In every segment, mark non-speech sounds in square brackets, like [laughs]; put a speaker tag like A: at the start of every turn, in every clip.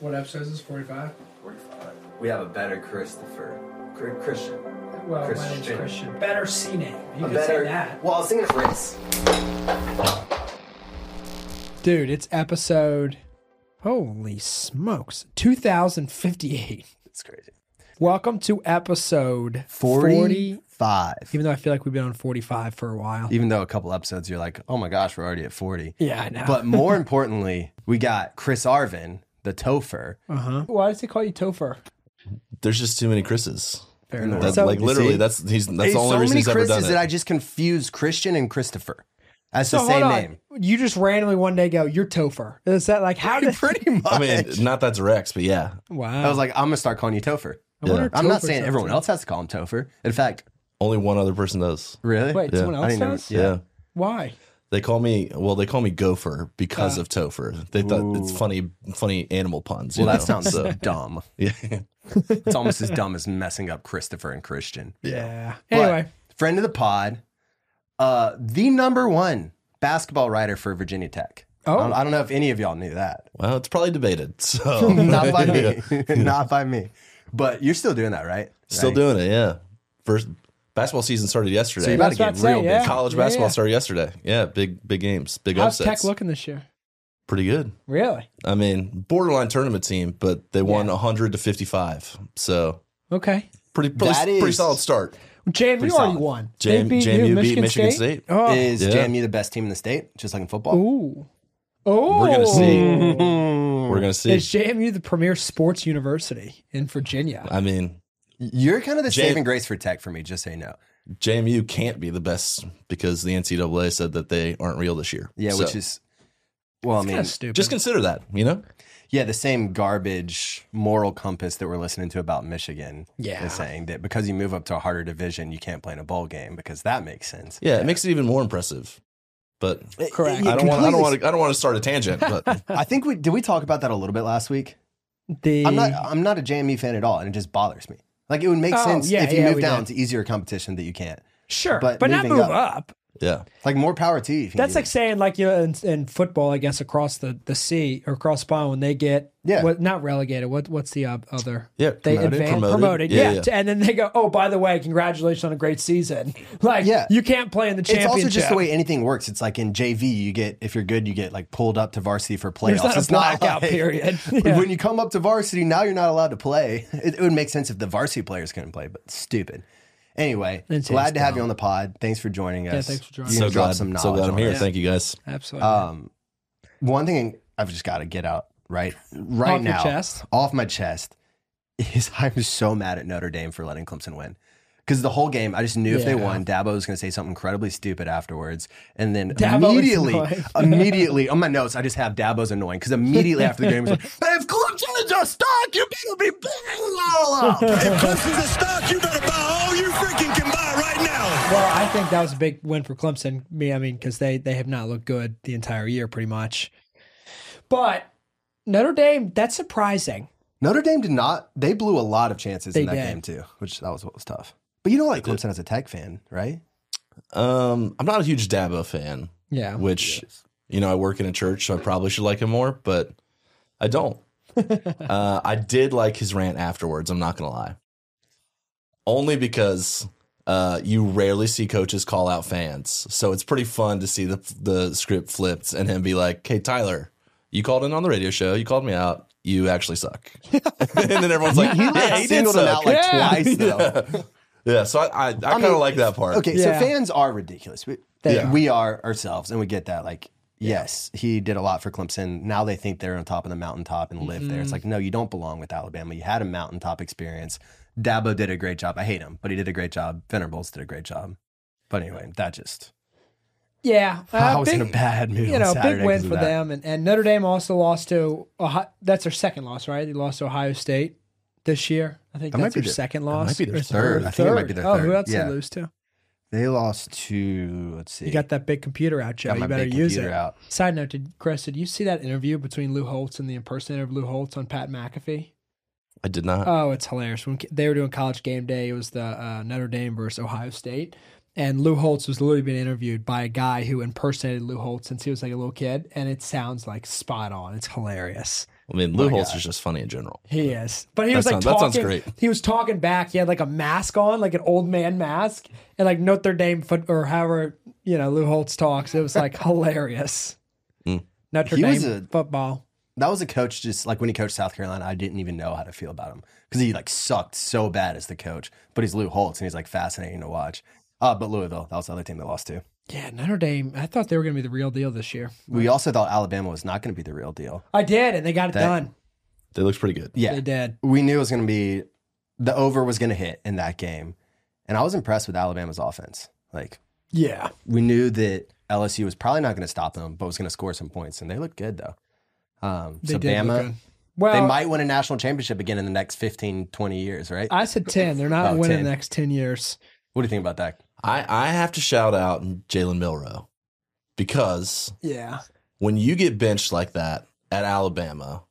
A: What episode is this? 45?
B: 45. We have a better Christopher. Cr- Christian.
A: Well, my name's
B: Christian.
A: Christian. Better C name. You
B: a
A: can
B: better.
A: say that.
B: Well, I was thinking Chris.
A: Dude, it's episode. Holy smokes. 2058.
B: It's crazy.
A: Welcome to episode 40.
B: 45.
A: Even though I feel like we've been on 45 for a while.
B: Even though a couple episodes you're like, oh my gosh, we're already at 40.
A: Yeah, I know.
B: But more importantly, we got Chris Arvin, the topher.
A: uh-huh. Why does he call you Topher?
C: There's just too many Chris's.
A: Fair
C: And
A: enough.
C: That,
B: So-
C: like
B: You
C: literally,
B: see?
C: that's he's that's
B: There's
C: the only
B: so
C: reason
B: many
C: he's ever done
B: Chris's
C: it.
B: that I just confuse Christian and Christopher. That's
A: So
B: the
A: hold
B: same
A: on.
B: name.
A: You just randomly one day go, you're Topher. Is that like, how did.
B: Pretty much.
C: I mean, not that direct, but yeah.
A: [laughs] wow.
B: I was like, I'm gonna start calling you Topher.
A: I wonder
C: yeah.
A: if
B: I'm not
A: Topher's
B: saying
A: up
B: everyone
A: to-
B: else has to call him Topher. In fact,
C: Only one other person does.
B: really?
A: Wait,
C: Yeah.
A: someone
B: I
A: else
B: didn't know-
A: does?
C: Yeah.
A: Why?
C: They call me well. They call me Gopher because of Topher. They thought it's
B: Uh. Ooh.
C: funny, funny animal puns. you
B: Well, that
C: know? [laughs]
B: sounds
C: So,
B: dumb.
C: yeah.
B: It's almost as dumb as messing up Christopher and Christian.
A: Yeah.
B: But-
A: Anyway,
B: Friend of the pod, uh, the number one basketball writer for Virginia Tech. Um,
A: Oh.
B: I don't, I don't know if any of y'all
A: [laughs]
B: knew that.
C: Well, it's probably debated. [laughs]
B: [laughs]
C: So
B: Not by
C: [laughs] Yeah.
B: me. [laughs] Not by me. But you're still doing that, right?
C: Still
B: Right?
C: doing it. Yeah. First basketball season started yesterday.
B: So you're
A: That's
B: about to
A: what
B: get
A: I'd say,
B: real
A: yeah.
B: big.
C: College basketball started yesterday. Yeah. Big big games. Big
A: how's
C: upsets.
A: Tech looking this year?
C: Pretty good.
A: Really?
C: I mean, borderline tournament team, but they won 100 to 55. So
A: Okay.
C: pretty pretty,
B: That
C: pretty
B: is-
C: solid start.
A: Jam, you
B: Pretty
A: already
B: solid.
A: won.
C: Jam- JMU beat Michigan State.
A: Oh.
B: Is
C: Yeah.
B: JMU the best team in the state, just like in football?
A: Ooh. Oh.
C: We're gonna see.
B: Mm.
C: We're gonna see.
A: Is JMU the premier sports university in Virginia?
C: I mean,
B: You're kind of the
C: Jam-
B: saving grace for Tech for me, just so you know.
C: JMU can't be the best because the NCAA said that they aren't real this year.
B: Yeah,
C: So,
B: which is, well, I
A: That's
B: mean,
A: kinda stupid.
C: just consider that. You know,
B: Yeah, the same garbage moral compass that we're listening to about Michigan
A: Yeah.
B: is saying that because you move up to a harder division, you can't play in a bowl game because that makes sense.
C: yeah, it makes it even more impressive. But
A: Correct.
C: I don't want. I don't
B: completely-
C: want. to. I don't want to start a tangent.
B: [laughs]
C: But
B: I think we did. We talk about that a little bit last week.
A: the
B: I'm not. I'm not a JME fan at all, and it just bothers me. Like it would make
A: Mm. Oh,
B: sense
A: yeah,
B: if you
A: yeah,
B: move
A: we
B: down
A: did.
B: to easier competition that you can't.
A: sure, but,
B: but
A: not
B: moving
A: move up.
B: up.
C: yeah,
B: Like more power to you. if you
A: That's
B: do
A: like saying like you know, in, in football, I guess across the the sea or across pond when they get
B: Yeah.
A: what, not relegated. What what's the uh, other?
C: yeah.
A: They
C: promoted,
A: advance promoted, yeah, to- and then they go, "Oh, by the way, congratulations on a great season!" [laughs] Like,
B: Yeah.
A: you can't play in the
B: It's
A: championship.
B: also just the way anything works. It's like in JV, you get if you're good, you get like pulled up to varsity for playoffs.
A: There's not
B: it's
A: a blackout
B: like- [laughs]
A: period. Yeah.
B: When you come up to varsity, now you're not allowed to play. [laughs] It, it would make sense if the varsity players couldn't play, but stupid. Anyway,
A: It's
B: glad to have you on the pod. Thanks for joining us.
A: thanks for joining
B: You
C: So
B: dropped
C: glad.
B: some
C: so
B: knowledge
C: glad I'm
B: on
C: here.
B: us.
C: Thank you guys.
A: Absolutely.
B: Um, one thing I've just got to get out right right
A: Off your
B: now
A: chest?
B: off my chest is [laughs] I'm so mad at Notre Dame for letting Clemson win. Because the whole game, I just knew if they
A: Yeah.
B: won, Dabo was going to say something incredibly stupid afterwards, and then
A: Dabo is
B: immediately,
A: annoying. [laughs]
B: immediately on my notes, I just have Dabo's annoying. Because immediately after the game,
A: [laughs]
B: he's like, "If Clemson is a stock, you better be buying it all
A: [laughs]
B: up."
D: If Clemson's a stock, you better buy all you freaking can buy right now.
A: Well, I think that was a big win for Clemson. Me, I mean, because they they have not looked good the entire year, pretty much. But Notre Dame, that's surprising.
B: Notre Dame did not. They blew a lot of chances
A: They
B: in that
A: did.
B: game too, which that was what was tough. But you know, like Clemson as a Tech fan, right?
C: Um, I'm not a huge Dabo fan.
A: Yeah.
C: which you know I work in a church, so I probably should like him more, but
B: [laughs]
C: I don't. uh, I did like his rant afterwards. I'm not gonna lie, only because uh, you rarely see coaches call out fans, so it's pretty fun to see the the script flipped and him be like, "Hey Tyler, you called in on the radio show. You called me out." You actually suck,
B: [laughs]
C: and then everyone's like,
B: He
C: "Yeah, he did
B: singled him
C: suck."
B: out
C: [laughs]
B: like
A: Yeah.
B: [laughs] twice though.
C: yeah, so I I, I kind
B: mean,
C: of like that part.
B: Okay,
A: Yeah.
B: so fans are ridiculous. We,
A: They
B: yeah. we are ourselves, and we get that. Like, yes, he did a lot for Clemson. Now they think they're on top of the mountaintop and live there.
A: Mm-hmm.
B: It's like, no, you don't belong with Alabama. You had a mountaintop experience. Dabo did a great job. I hate him, but he did a great job. Venables did a great job. But anyway, that just
A: Yeah. Uh,
B: [laughs] I was in a
A: big-
B: bad mood.
A: You know,
B: on Saturday
A: big win
B: 'cause of
A: for
B: that.
A: them, and, and Notre Dame also lost to Ohio, that's their second loss, right? They lost to Ohio State this year. I think
B: That might
A: that's
B: be
A: their
B: their-
A: second
B: that might
A: loss.
B: be their
A: Or
B: third. I think it might be their
A: Oh, who
B: third.
A: else did
B: Yeah.
A: they lose to?
B: They lost to let's see.
A: You got that big computer out, Joe.
B: Got my
A: You better
B: big
A: use it.
B: computer out.
A: Side note, did Chris, did you see that interview between Lou Holtz and the impersonator of Lou Holtz on Pat McAfee?
C: I did not.
B: Uh,
A: Oh, it's hilarious. When they were doing college game day, it was the uh, Notre Dame versus Ohio State. And Lou Holtz was literally being interviewed by a guy who impersonated Lou Holtz since he was like a little kid. And it sounds like spot on. It's hilarious.
C: I mean, Lou
B: My
C: Holtz's just funny in general.
A: He is. But he was
C: That
A: like
C: sound- that
A: talking.
C: sounds great.
A: He was talking back. He had like a mask on, like an old man mask, and like Notre Dame foot or however you know Lou Holtz talks. It was like hilarious. Notre
B: He
A: Dame
B: was a-
A: football.
B: That was a coach just like when he coached South Carolina, I didn't even know how to feel about him because he like sucked so bad as the coach. But he's Lou Holtz and he's like fascinating to watch. Uh, but Louisville, that was the other team that lost too.
A: Yeah, Notre Dame. I thought they were going to be the real deal this year.
B: We also thought Alabama was not going to be the real deal.
A: I did, and they got it done.
C: They looked pretty good.
B: Yeah.
A: They did.
B: we knew it was going to be the over was going to hit in that game. And I was impressed with Alabama's offense. Like,
A: Yeah.
B: we knew that LSU was probably not going to stop them, but was going to score some points. And they looked good, though. Um,
A: They
B: so,
A: did. look
B: Bama,
A: good. Well,
B: they might win a national championship again in the next 15, 20 years, right?
A: I said ten. They're not
B: Oh,
A: winning
B: 10.
A: the next ten years.
B: what do you think about that?
C: I, I have to shout out Jalen Milrow because
A: Yeah.
C: when you get benched like that at Alabama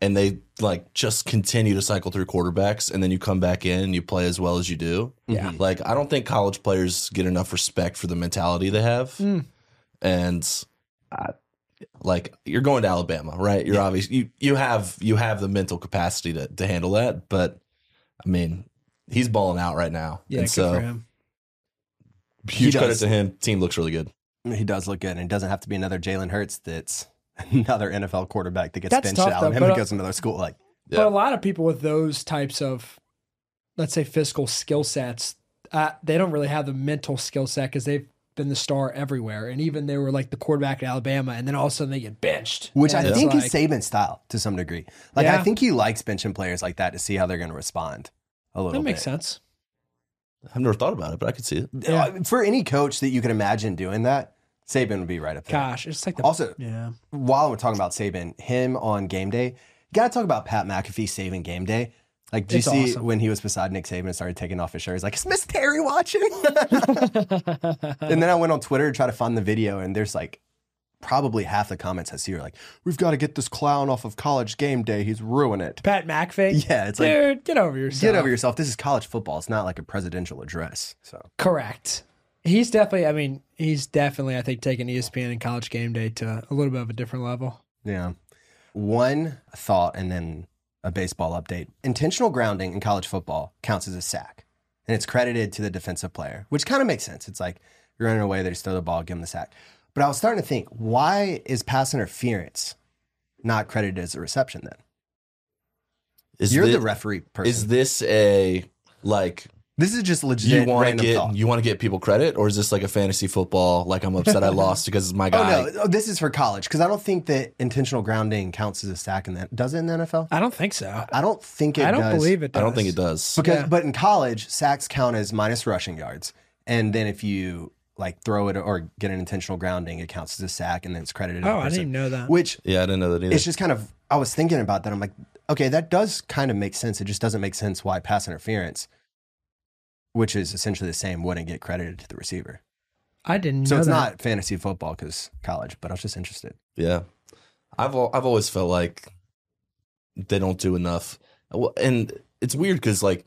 C: and they like just continue to cycle through quarterbacks and then you come back in and you play as well as you do.
A: Yeah.
C: Like I don't think college players get enough respect for the mentality they have.
A: Mm.
C: And I, like you're going to Alabama, right? You're obvious you you have you have the mental capacity to to handle that, but I mean, he's balling out right now.
A: Yeah.
C: and
A: good for
C: so
A: him.
C: huge
B: He
C: credit
B: does.
C: to him. Team looks really good.
B: He does look good. And it doesn't have to be another Jalen Hurts that's [laughs] another NFL quarterback that gets
A: That's
B: benched
A: tough,
B: at
A: though,
B: Alabama
A: but,
B: and
A: uh,
B: goes to another school. Like,
A: But
C: Yeah.
A: a lot of people with those types of, let's say, physical skill sets, uh, they don't really have the mental skill set because they've been the star everywhere. And even they were like the quarterback at Alabama, and then all of a sudden they get benched.
B: Which
A: And
B: I
A: it's
B: think
A: like,
B: is Saban's style to some degree. Like
A: Yeah.
B: I think he likes benching players like that to see how they're going to respond a little.
A: That makes
B: bit.
A: sense.
C: I've never thought about it, but I could see it.
A: Yeah.
B: Uh, For any coach that you can imagine doing that, Saban would be right up there.
A: Gosh, it's like the
B: Also,
A: yeah.
B: while we're talking about Saban, him on game day, you got to talk about Pat McAfee saving game day. Like, do you
A: It's
B: see
A: awesome.
B: when he was beside Nick Saban and started taking off his shirt? He's like, "Is Miss Terry watching?" [laughs] and then I went on Twitter to try to find the video, and there's like probably half the comments I see are like, "We've got to get this clown off of college game day. He's ruin it." [laughs]
A: Pat McAfee.
B: Yeah, it's like
A: Dude, get over yourself.
B: get over yourself. This is college football. It's not like a presidential address. So
A: Correct. He's definitely. I mean, he's definitely. I think taking E ESPN and College Game Day to a little bit of a different level.
B: yeah, one thought and then a baseball update. Intentional grounding in college football counts as a sack, and it's credited to the defensive player, which kind of makes sense. It's like you're running away, they just throw the ball, give them the sack. But I was starting to think, why is pass interference not credited as a reception? Then
C: Is
B: you're
C: thi-
B: the referee person.
C: Is this a like
B: this is just
C: you
B: legit.
C: want to
B: random
C: get
B: thought.
C: you want to get people credit, or is this like a fantasy football? Like I'm upset
B: [laughs]
C: I lost because my guy.
B: Oh no! Oh, this is for college because I don't think that intentional grounding counts as a sack. In that does it in the NFL?
A: I don't think so.
B: I don't think it.
A: I don't
B: does.
A: believe it. Does.
C: I don't think it does.
B: because.
A: Yeah.
B: But in college, sacks count as minus rushing yards, and then if you like throw it or get an intentional grounding, it counts as a sack, and then it's credited. to the
A: Oh, I didn't
B: person.
A: even know that.
B: Which
C: Yeah, I didn't know that either.
B: it's just kind of. I was thinking about that. I'm like, okay, that does kind of make sense. It just doesn't make sense why pass interference, which is essentially the same, wouldn't get credited to the receiver.
A: I didn't.
B: So
A: know
B: it's
A: that.
B: not fantasy football because college. But I was just interested.
C: yeah, I've al- I've always felt like they don't do enough, Well, and it's weird because like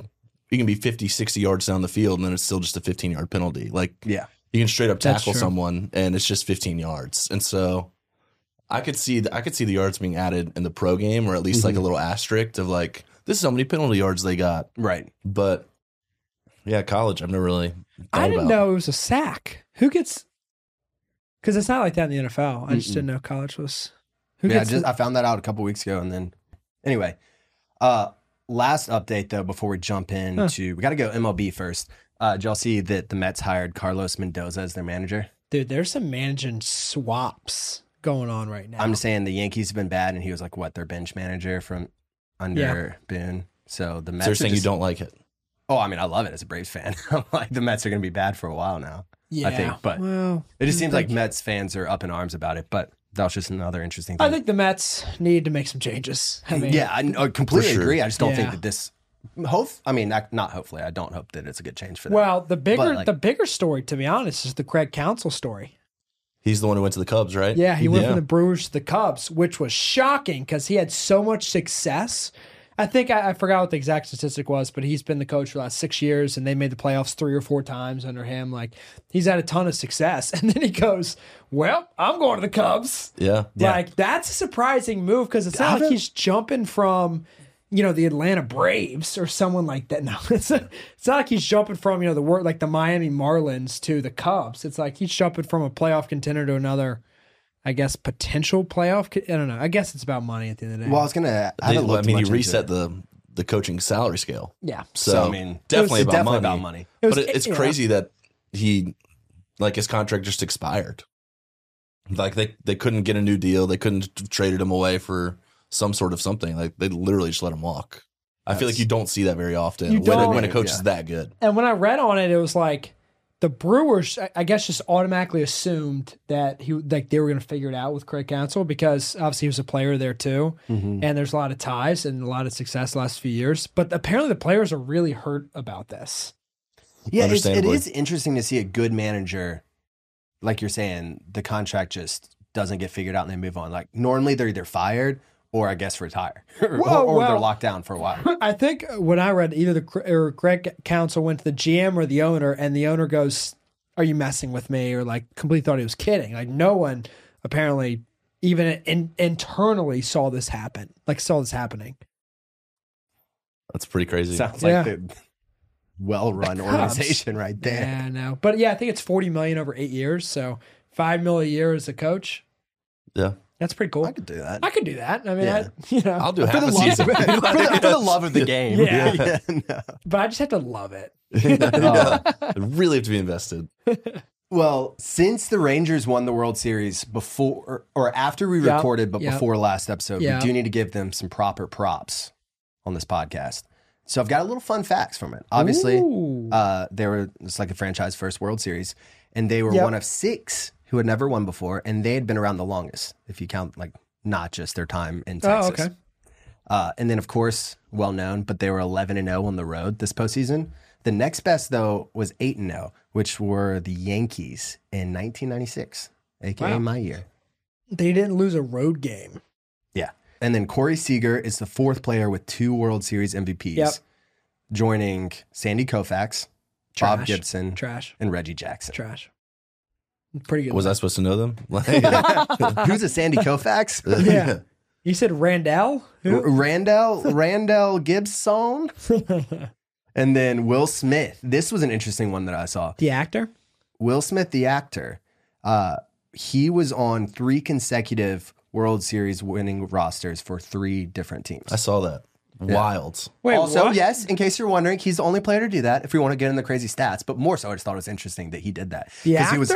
C: you can be 50, 60 yards down the field and then it's still just a 15 yard penalty. Like
B: Yeah.
C: you can straight up
A: That's
C: tackle
A: true.
C: someone and it's just 15 yards, and so. I could see the, I could see the yards being added in the pro game, or at least like a little asterisk of like this is how many penalty yards they got.
B: Right.
C: But yeah, college. I've never really. Thought
A: I didn't
C: about.
A: know it was a sack. Who gets? Because it's not like that in the NFL. I just didn't know college was. Who
B: yeah, I
A: gets?
B: just I found that out a couple weeks ago, and then anyway, uh, last update though before we jump into we got to go MLB first. Uh, did y'all see that the Mets hired Carlos Mendoza as their manager?
A: dude, there's some managing swaps going on right now.
B: I'm saying the Yankees have been bad, and he was like what their bench manager from under Boone. So the Mets.
C: So you're
B: are
C: saying
B: just-
C: you don't like it?
B: Oh, I mean, I love it as a Braves fan. [laughs] I'm like the Mets are going to be bad for a while now.
A: yeah,
B: think, but-
A: well,
B: It just
A: I
B: seems like
A: think-
B: Mets fans are up in arms about it, but that was just another interesting. thing.
A: I think the Mets need to make some changes. I mean,
B: yeah, I, I completely
C: For sure.
B: agree. I just don't think
A: Yeah.
B: that this. Hope I mean not, not hopefully. I don't hope that it's a good change for them.
A: Well, the bigger
B: But, like-
A: the bigger story, to be honest, is the Craig Council story.
C: He's the one who went to the Cubs, right?
A: Yeah, he went
C: Yeah.
A: from the Brewers to the Cubs, which was shocking because he had so much success. I think I, I forgot what the exact statistic was, but he's been the coach for the last six years, and they made the playoffs three or four times under him. Like he's had a ton of success, [laughs] and then he goes, "Well, I'm going to the Cubs."
C: Yeah.
A: Like that's a surprising move because it's not like
B: Haven't-
A: he's jumping from, you know, the Atlanta Braves or someone like that. [laughs] No, it's not, it's not like he's jumping from you know the word like the Miami Marlins to the Cubs. It's like he's jumping from a playoff contender to another. I guess potential playoff. co- I don't know. I guess it's about money at the end of the day.
B: Well, I was gonna. I,
C: They-
B: haven't
C: well, I
B: looked
C: mean, he
B: much into
C: reset
B: it.
C: the the coaching salary scale.
A: yeah.
C: So,
B: So,
C: I
B: I
C: mean,
B: mean,
C: definitely,
B: it was
C: about,
B: definitely
C: money.
B: about money.
A: It was-
C: but it, it's
A: yeah.
C: crazy that he, like, his contract just expired. Like they they couldn't get a new deal. They couldn't t- traded him away for some sort of something. Like they literally just let him walk. I feel like
B: That's-
C: you don't see that very often.
A: You
C: when, a- when a
A: don't.
C: coach
B: Yeah.
C: is that good,
A: And when I read on it, it was like the Brewers, I- I guess, just automatically assumed that he like they were going to figure it out with Craig Council because obviously he was a player there too,
B: Mm-hmm.
A: and there's a lot of ties and a lot of success the last few years. But apparently, the players are really hurt about this.
B: Yeah, it's, it
C: Understandably.
B: is interesting to see a good manager, like you're saying, the contract just doesn't get figured out and they move on. Like normally they're either fired or I guess retire, [laughs] or,
A: Well,
B: or they're
A: well.
B: locked down for a while.
A: I think when I read either the Cr- or Greg Council went to the GM or the owner, and the owner goes, "Are you messing with me?" or like completely thought he was kidding. Like no one apparently even in, internally saw this happen. Like saw this happening.
C: that's pretty crazy.
B: Sounds
A: Yeah.
B: like the well-run
A: Cubs.
B: organization right there.
A: Yeah, I know. uh, But yeah, I think it's 40 million over eight years. So five mil a year as a coach.
C: yeah,
A: That's pretty cool.
B: I could do that.
A: I could do that. I mean,
B: Yeah.
A: I, [laughs] you know,
C: I'll do
B: for
C: half
B: the,
C: a
B: love, [laughs]
C: season.
B: for, the, for the
C: [laughs]
B: love of the game.
A: Yeah.
B: [laughs] no.
A: but I just have to love it.
C: I really have to be invested.
B: [laughs] Well, since the Rangers won the World Series before or after we
A: Yeah.
B: recorded, but
A: Yeah.
B: before last episode,
A: Yeah.
B: we do need to give them some proper props on this podcast. So I've got a little fun facts from it. Obviously,
A: Ooh.
B: uh, they were it's like a franchise first World Series, and they were
A: Yep.
B: one of six who had never won before, and they had been around the longest, if you count like not just their time in
A: oh,
B: Texas.
A: okay.
B: Uh, and then, of course, well known, but they were 11 and 0 on the road this postseason. The next best, though, was 8 and 0, which were the Yankees in 1996, aka
A: Wow.
B: my year.
A: They didn't lose a road game.
B: Yeah. And then Corey Seager is the fourth player with two World Series MVPs,
A: Yep.
B: joining Sandy Koufax, Bob
A: Trash.
B: Gibson,
A: Trash.
B: and Reggie Jackson.
A: Trash. Pretty good.
C: Was I
A: one.
C: supposed to
B: [laughs]
C: know them? Like,
B: Who's a Sandy Koufax?
A: Yeah. You said Randall?
B: R-
A: [laughs] Who?
B: Randall, Randall Gibson, and then Will Smith. This was an interesting one that I saw.
A: [laughs] the actor?
B: Will Smith, the actor, uh, he was on three consecutive World Series winning rosters for three different teams.
C: [laughs] I saw that. Wild.
A: Wait,
B: also,
A: what?
B: yes, in case you're wondering, he's the only player to do that if we want to get in the crazy stats, but more so, I just thought it was interesting that he did that.
A: The
B: 'Cause
A: actor?
B: He was,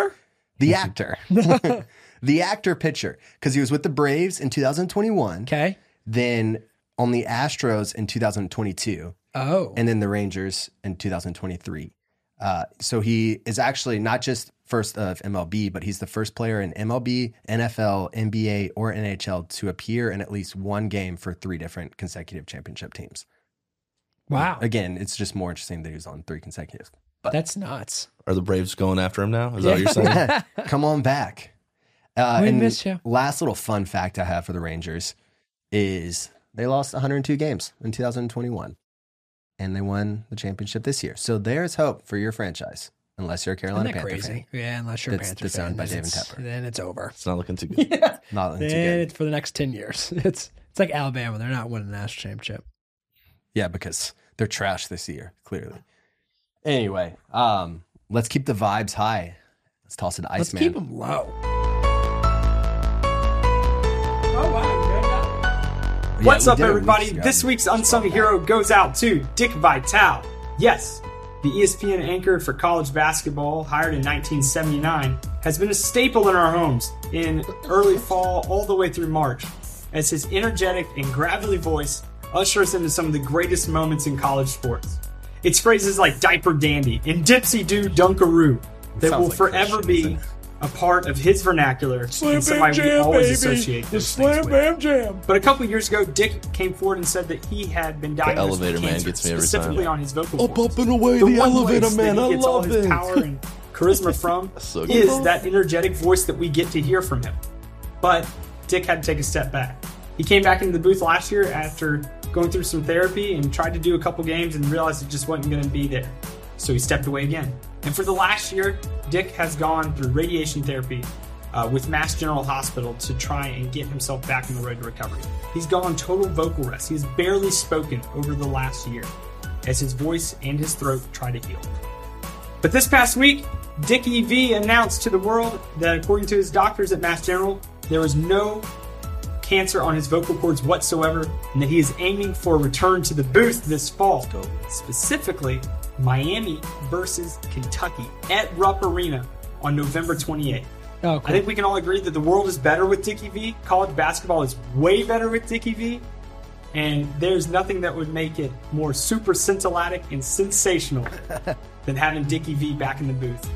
B: the actor. [laughs] the actor pitcher. Because he was with the Braves in 2021,
A: okay.
B: then on the Astros in 2022,
A: Oh.
B: and then the Rangers in 2023. Uh, so he is actually not just first of MLB, but he's the first player in MLB, NFL, NBA, or NHL to appear in at least one game for three different consecutive championship teams.
A: wow.
B: Again, it's just more interesting that he was on three consecutive. But
A: That's nuts.
C: Are the Braves going after him now? Is that what you're
A: [laughs]
C: saying?
B: [laughs] come on back. Uh,
A: We
B: and
A: miss you.
B: Last little fun fact I have for the Rangers is they lost 102 games in 2021, and they won the championship this year. So there's hope for your franchise, unless you're a
A: Isn't
B: Carolina
A: that
B: Panther
A: crazy?
B: fan.
A: Yeah, unless you're a
B: That's-
A: Panther
B: that's
A: fan,
B: owned by
A: then
B: David
A: it's-
B: Tepper.
A: Then it's over.
C: It's not looking too good.
A: Yeah.
B: Not looking too
A: Then
B: good.
A: it's for the next 10 years. [laughs] It's it's like Alabama. They're not winning a national championship.
B: Yeah, because they're trash this year, clearly. Anyway, um, let's keep the vibes high. Let's toss it to
A: Let's
B: Iceman.
A: keep them low. Oh, wow.
B: Yeah,
E: What's
B: we
E: up,
B: did it. We
E: everybody?
B: just got
E: This
B: it.
E: week's unsung hero goes out to Dick Vitale. Yes, the E ESPN anchor for college basketball, hired in 1979, has been a staple in our homes in early fall all the way through March, as his energetic and gravelly voice ushers into some of the greatest moments in college sports. It's phrases like diaper dandy and dipsy doo dunkaroo that
B: Sounds
E: will
B: like
E: forever
B: Christian,
E: be
B: doesn't it?
E: a part of his vernacular and
A: Slam Bam
E: somebody we
A: Jam,
E: always
A: baby.
E: associate
A: The
E: those things
A: Slam
E: with.
A: Bam Jam.
E: But a couple years ago, Dick came forward and said that he had been diagnosed
C: elevator
E: with
C: man
E: cancer,
C: gets me every time.
E: specifically on his vocal
C: Up,
E: cords.
C: up, and away, the
E: one
C: elevator
E: place
C: man,
E: that
C: I
E: he gets all
C: love
E: his
C: it.
E: power and charisma from
C: so good.
E: is that energetic voice that we get to hear from him. But Dick had to take a step back. He came back into the booth last year after going through some therapy and tried to do a couple games and realized it just wasn't going to be there. So he stepped away again. And for the last year, Dick has gone through radiation therapy uh, with Mass General Hospital to try and get himself back on the road to recovery. He's gone total vocal rest. He's barely spoken over the last year as his voice and his throat try to heal. But this past week, Dickie V announced to the world that according to his doctors at Mass General, there was no cancer on his vocal cords whatsoever, and that he is aiming for a return to the booth this fall. Specifically, Miami versus Kentucky at Rupp Arena on November 28th.
A: Oh,
E: I
A: cool.
E: think we can all agree that the world is better with Dickie V. College basketball is way better with Dickie V. And there's nothing that would make it more super scintillatic and sensational than having Dickie V back in the booth.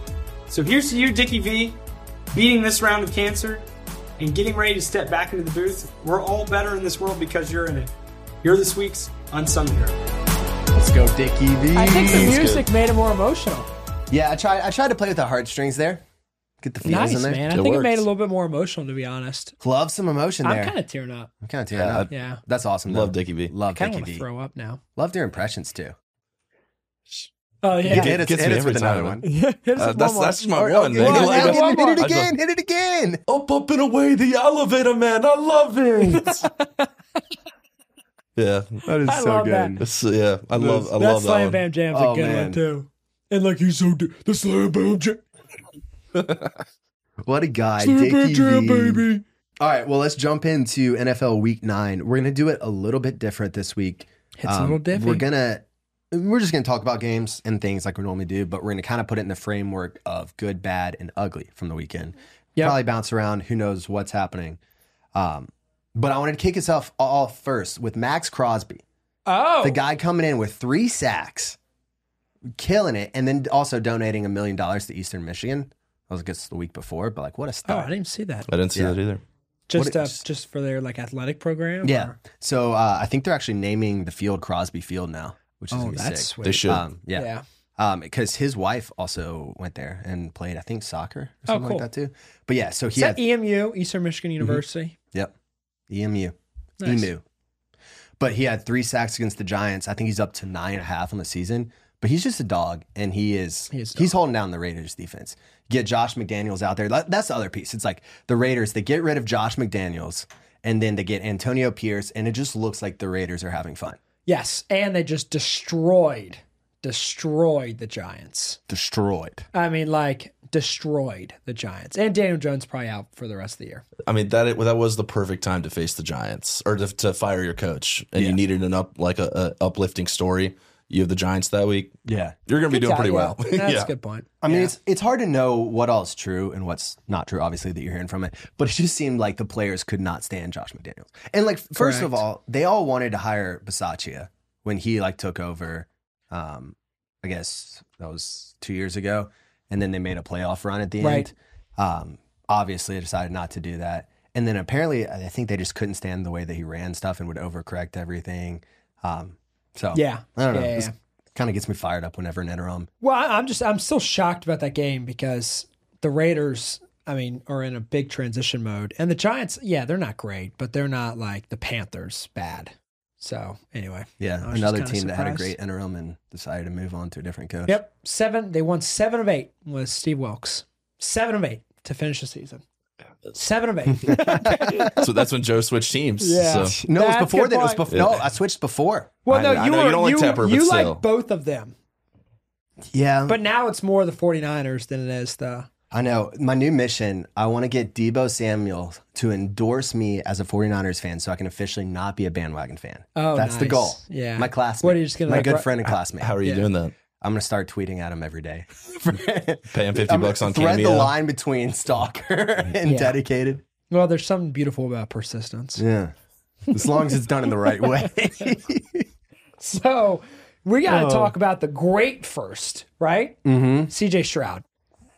E: So here's to you, Dickie V, beating this round of cancer and getting ready to step back into the booth. We're all better in this world because you're in it. You're this week's Unsung Hero.
B: Let's go, Dickie V.
A: I think the music made it more emotional.
B: Yeah, I tried. I tried to play with the heartstrings there. Get the feels
A: Nice,
B: in there.
A: man. I
C: It
A: think it made it
C: works.
A: a little bit more emotional, to be honest.
B: Love some emotion
A: I'm
B: there.
A: kind of tearing up.
B: I'm kind of tearing
C: Yeah,
B: up.
C: I-
A: Yeah.
B: That's awesome. Though.
C: [laughs] Love Dickie V.
B: Love
A: Kind of
B: Dickie
A: want to
B: V.
A: throw up now.
B: Loved your impressions too.
A: Oh, yeah. [laughs]
B: Hit
C: It
B: us,
C: gets
B: hit
C: me
B: us
C: every
B: with
C: time,
B: another
C: man.
B: one.
A: Yeah, hit us
C: Uh,
A: with
C: that's
A: one
C: that's
A: more.
C: my one.
B: Come
C: man.
B: on,
C: Like,
B: now,
C: I-
B: hit it
C: I-
B: again. Hit it again.
C: Up, up and away, the elevator man. I love it.
E: [laughs]
C: yeah,
B: That is
A: I so love good. that.
C: It's- yeah, I love, I
A: that
C: love that
A: Slam
C: one.
A: Bam Jam's
B: Oh,
A: a good
B: man.
A: one, too. And like, he's so. d the Slam Bam Jam.
B: What a guy,
A: Slam Bam
B: Dickie
A: Jam,
B: V.
A: baby.
B: All right, well, let's jump into NFL Week Nine. We're gonna do it a little bit different this week.
A: It's a little different.
B: Um, We're gonna we're just gonna talk about games and things like we normally do, but we're gonna kind of put it in the framework of good, bad, and ugly from the weekend.
A: Yeah.
B: Probably bounce around. Who knows what's happening? Um, but I wanted to kick us off off first with Max Crosby,
A: Oh.
B: the guy coming in with three sacks, killing it, and then also donating a million dollars to Eastern Michigan. That was I guess the week before, but like what a
A: Oh,
B: start!
A: I didn't see that.
C: I didn't see
B: Yeah.
C: that either.
A: Just
B: it-
A: uh, just for their like athletic program.
B: Yeah.
A: or-
B: So uh, I think they're actually naming the field Crosby Field now, which is
A: Oh,
B: gonna be
A: that's
B: sick.
A: sweet.
C: They should.
B: Um, yeah.
A: Yeah.
B: Um, because his wife also went there and played, I think, soccer or something
A: Oh, cool.
B: like that too. But yeah, so he
A: Is
B: had Mm-hmm.
A: that E- EMU, Eastern Michigan University?
B: yep, E EMU,
A: Nice.
B: EMU. But he had three sacks against the Giants. I think he's up to nine and a half on the season. But he's just a dog, and he is,
A: He is a
B: he's holding down the Raiders defense. Get Josh McDaniels out there. That- That's the other piece. It's like the Raiders they get rid of Josh McDaniels, and then they get Antonio Pierce, and it just looks like the Raiders are having fun.
A: Yes. And they just destroyed, destroyed the Giants.
B: destroyed.
A: I mean, like, destroyed the Giants. And Daniel Jones probably out for the rest of the year.
C: I mean that it, that was the perfect time to face the Giants or to, to fire your coach, and you needed an up like a, a uplifting story. You have the Giants that week.
B: Yeah.
C: You're going to be doing
A: Yeah,
C: pretty
A: yeah.
C: well. [laughs]
A: That's
C: yeah.
A: a good point.
B: I mean, it's it's hard to know what all is true and what's not true, obviously, that you're hearing from it. But it just seemed like the players could not stand Josh McDaniels. And like, first of
A: Correct.
B: all, they all wanted to hire Basaccia when he like took over. Um, I guess that was two years ago, and then they made a playoff run at the
A: Right.
B: end. Um, obviously, they decided not to do that. And then apparently, I think they just couldn't stand the way that he ran stuff and would overcorrect everything. Um, so
A: Yeah.
B: I don't know.
A: Yeah, yeah,
B: This
A: yeah.
B: kind of gets me fired up whenever an interim
A: Well, I- I'm just I'm still shocked about that game because the Raiders, I mean, are in a big transition mode, and the Giants, yeah, they're not great, but they're not like the Panthers bad. So anyway, I
B: Yeah,
A: was just
B: another
A: kinda
B: team that had a
A: surprised.
B: great interim and decided to move on to a different coach.
A: Yep, seven. They won seven of eight with Steve Wilkes. Seven of eight to finish the season. Seven of
C: [laughs]
A: eight.
C: So that's when Joe switched teams.
A: Yeah.
C: So
B: No, it
A: That's
B: was before
A: good
B: that. It was
A: point.
B: before. No, I switched before.
A: Well,
C: I-
A: no,
C: I
A: you
C: know you
A: were-
C: don't like
A: you,
C: Tepper, but
A: you
C: still.
A: like both of them,
B: Yeah,
A: but now it's more the 49ers than it is the.
B: I know. My new mission. I want to get Debo Samuel to endorse me as a 49ers fan, so I can officially not be a bandwagon fan.
A: Oh,
B: that's the
A: nice.
B: goal.
A: Yeah.
B: my classmate.
A: What, are you just gonna,
B: my
A: like,
B: good
A: ru-
B: friend and classmate.
C: how are you
A: Yeah.
C: doing that?
B: I'm gonna start tweeting at him every day.
C: Pay him 50
B: I'm
C: bucks
B: gonna
C: on
B: thread the
C: Cameo.
B: line between stalker [laughs] and
A: Yeah.
B: dedicated.
A: Well, there's something beautiful about persistence.
B: Yeah, as long as it's done in the
A: [laughs]
B: right way.
A: So we got to talk about the great first, right? Mm-hmm. CJ Stroud.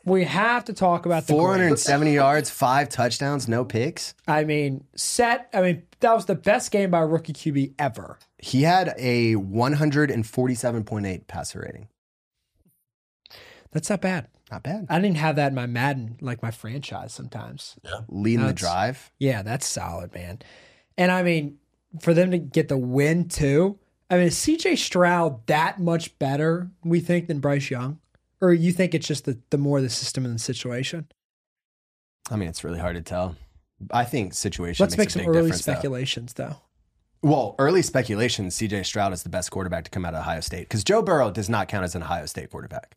A: We have to talk about the great.
B: 470 yards, five touchdowns, no picks.
A: I mean, set. I mean, that was the best game by a rookie QB ever.
B: He had a 147.8 passer rating.
A: That's not bad.
B: Not bad.
A: I didn't have that in my Madden, like my franchise sometimes.
B: Leading the
A: Oh, That's-
B: drive.
A: Yeah, that's solid, man. And I mean, for them to get the win too. I mean, is CJ Stroud that much better, we think, than Bryce Young? Or you think it's just the, the more the system and the situation?
B: I mean, it's really hard to tell. I think situation.
A: Let's make
B: makes a
A: some
B: big
A: early
B: difference, though.
A: speculations, though.
B: Well, early speculation: CJ Stroud is the best quarterback to come out of Ohio State because Joe Burrow does not count as an Ohio State quarterback.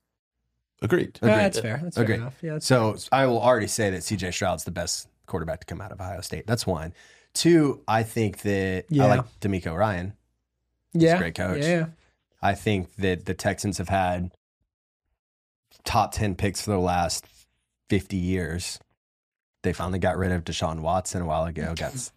C: Agreed.
A: Yeah,
B: Agreed.
A: that's fair. That's fair
B: Agreed.
A: enough. Yeah, that's,
B: So I will already say that CJ Stroud's the best quarterback to come out of Ohio State. That's one. Two, I think that
A: Yeah.
B: I like D'Amico Ryan.
A: yeah,
B: great coach.
A: Yeah, yeah.
B: I think that the Texans have had top 10 picks for the last 50 years. They finally got rid of Deshaun Watson a while ago. Got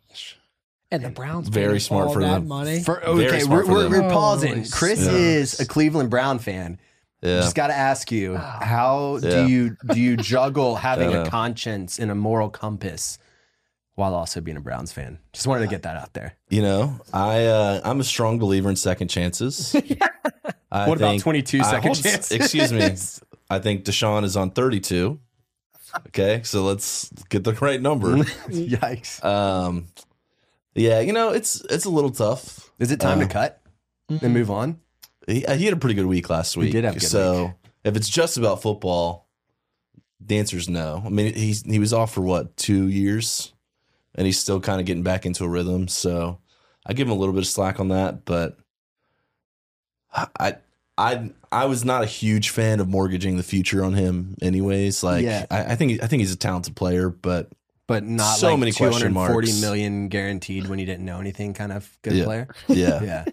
A: And the Browns
C: Very
A: paid
C: smart
A: all
C: for
A: that
C: them.
A: money.
B: For,
C: Very
B: okay,
C: smart
B: we're,
C: for
B: we're,
C: them.
B: we're pausing.
A: Holy
B: Chris
A: smokes.
B: is a Cleveland Brown fan.
C: Yeah.
B: Just got to ask you, how
C: Yeah.
B: do you do you juggle having
C: Yeah, [laughs] I
B: a
C: know.
B: conscience and a moral compass while also being a Browns fan? Just wanted to get that out there.
C: You know, I uh, I'm a strong believer in second chances.
B: [laughs]
C: I
B: What about
C: think-
B: 22
C: I-
B: second
C: hold-
B: chances?
C: Excuse me. I think Deshaun is on 32. Okay, so let's get the
B: [laughs]
C: right
B: [laughs]
C: number.
B: Yikes!
C: Um, yeah, you know, it's it's a little tough.
B: Is it time
C: Uh,
B: to cut and move on?
C: He, uh, he had a pretty good week last week.
B: did have a good
C: so
B: week.
C: if it's just about football, the answer's no. I mean, he's he was off for what two years, and he's still kind of getting back into a rhythm. So I give him a little bit of slack on that, but I I I was not a huge fan of mortgaging the future on him. Anyways, like
B: Yeah.
C: I, I think I think he's a talented player, but
B: But not
C: so
B: like
C: many
B: two
C: question
B: hundred
C: marks.
B: forty million guaranteed when you didn't know anything. Kind of good
C: Yeah.
B: player.
C: [laughs] yeah,
B: [laughs] Yeah,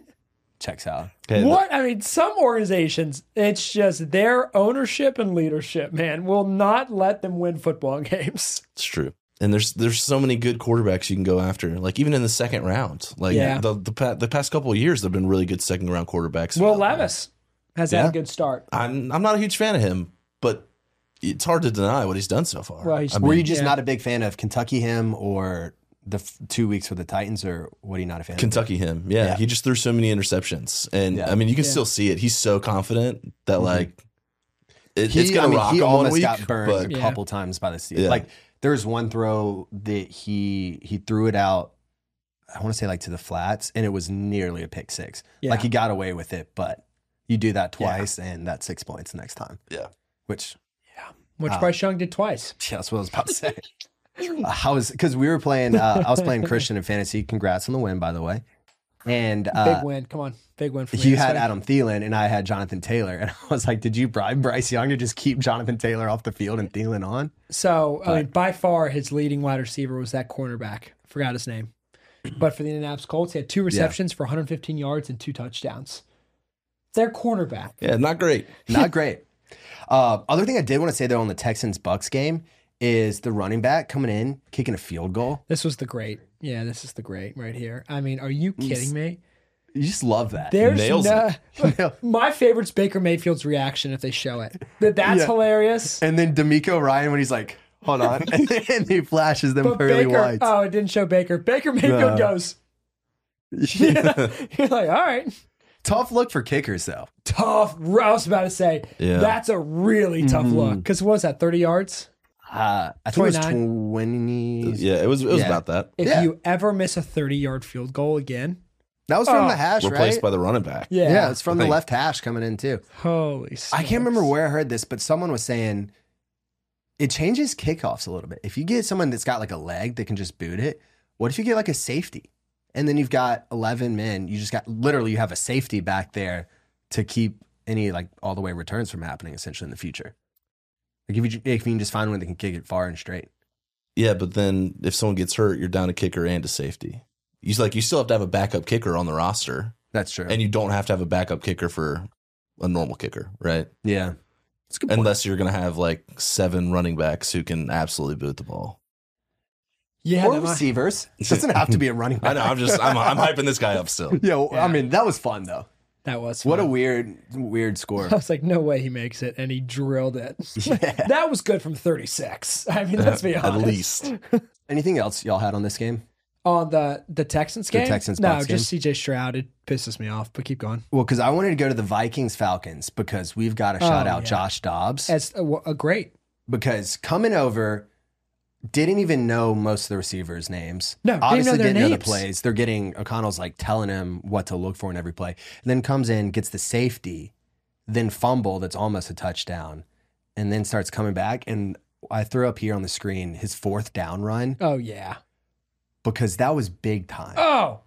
B: checks out.
C: Okay,
A: What I mean, some organizations, it's just their ownership and leadership, man, will not let them win football [laughs] games.
C: It's true. And there's there's so many good quarterbacks you can go after. Like even in the second round, like
A: Yeah.
C: the the, pa- the past couple of years, there've been really good second round quarterbacks.
A: Will Levis has had
B: Yeah.
A: a good start.
C: I'm I'm not a huge fan of him, but it's hard to deny what he's done so far.
A: Well, he's-
C: I
B: Were
C: mean,
B: you just
A: yeah.
B: not a big fan of Kentucky him or the f- two weeks with the Titans or what are you not a fan? of?
C: Kentucky him. Yeah,
B: Yeah.
C: he just threw so many interceptions, and
B: Yeah.
C: I mean you can
A: Yeah.
C: still see it. He's so confident that like it,
B: He,
C: it's gonna
B: I mean,
C: rock
B: he
C: him
B: almost
C: one week.
B: got burned
C: but
B: a
A: Yeah.
B: couple times by the season.
C: Yeah.
B: Like there was one throw that he he threw it out. I want to say like to the flats, and it was nearly a pick six.
A: Yeah.
B: Like he got away with it, but you do that twice, and that's six points next time.
C: Yeah.
B: which Ah.
A: Which Bryce Young did twice.
B: yeah, that's what I was about
A: [laughs]
B: to say. Uh, I was because we were playing. Uh, I was playing Christian in fantasy. Congrats on the win, by the way. And uh,
A: Big win. Come on. Big win for me.
B: you
A: this
B: had
A: week.
B: Adam Thielen and I had Jonathan Taylor. And [laughs] I was like, did you bribe Bryce Young to just keep Jonathan Taylor off the field and Thielen on?
A: So, I mean, by far his leading wide receiver was that cornerback. Forgot his name. But for the Indianapolis Colts, he had two receptions for 115 yards and two touchdowns. Their cornerback.
C: yeah, not great.
B: Not great. Uh, other thing I did want to say though on the Texans Bucks game is the running back coming in, kicking a field goal.
A: This was the great. Yeah, this is the great right here. I mean, are you kidding me?
B: You just love that. [laughs]
A: There's
C: Nails
A: no,
B: Nail-
A: my favorite's Baker Mayfield's reaction if they show it. That that's
B: Yeah.
A: hilarious.
B: [laughs] and then D'Amico Ryan when he's like, hold on. [laughs] and then he flashes them
A: But
B: pearly
A: Baker,
B: whites.
A: oh, it didn't show Baker. Baker Mayfield
B: No. [laughs]
A: goes. [laughs] You're like, all right,
B: Tough look for kickers though.
A: tough. I was about to say,
C: Yeah.
A: that's a really tough look. Because what was that, 30 yards?
B: Uh, I think it was
A: 29.
B: 20.
C: Yeah, it was it was
B: Yeah.
C: about that.
A: If
B: Yeah.
A: you ever miss a 30 yard field goal again,
B: That was from
A: Oh.
B: the hash,
C: Replaced
B: right?
C: by the running back.
A: yeah.
B: yeah, it's from
C: I
B: the
C: think-
B: left hash coming in too.
A: Holy
B: I can't remember
A: smokes.
B: where I heard this, but someone was saying it changes kickoffs a little bit. If you get someone that's got like a leg that can just boot it, what if you get like a safety? And then you've got 11 men. You just got literally, you have a safety back there to keep any like all the way returns from happening essentially in the future. Like if you, if you can just find one that can kick it far and straight.
C: Yeah, but then if someone gets hurt, you're down a kicker and a safety. You like you still have to have a backup kicker on the roster,
B: That's true.
C: and you don't have to have a backup kicker for a normal kicker, right?
B: yeah. It's good.
C: Unless you're going to have like seven running backs who can absolutely boot the ball.
A: Yeah,
B: or
A: that might-
C: [laughs]
B: receivers. It doesn't have to be a running back.
C: I know. I'm just I'm I'm hyping this guy
B: [laughs]
C: up still.
B: Yo, I mean, that was fun though.
A: that was.
B: What a
A: fun.
B: weird, weird score.
A: [laughs]
B: [laughs]
A: I was like, no way he makes it, and he drilled it.
B: Yeah.
A: [laughs] that was good from 36. [laughs] I mean, let's be
C: At
A: honest.
C: least
B: Anything else y'all had on this game?
A: on the the Texans
B: The
A: game.
B: Texans
A: no,
B: Bucs
A: just CJ Stroud. It pisses me off, but keep going.
B: Well, because I wanted to go to the Vikings Falcons because
A: Oh,
B: we've got to shout out Josh Dobbs
A: As a, a great,
B: because coming over, didn't even know most of the receivers' names.
A: No, didn't
B: obviously
A: know their
B: the
A: names.
B: plays. They're getting O'Connell's like telling him what to look for in every play. And then comes in, gets the safety, then fumble that's almost a touchdown, and then starts coming back. And I threw up here on the screen his fourth down run
A: Oh yeah.
B: because that was big time.
A: Oh,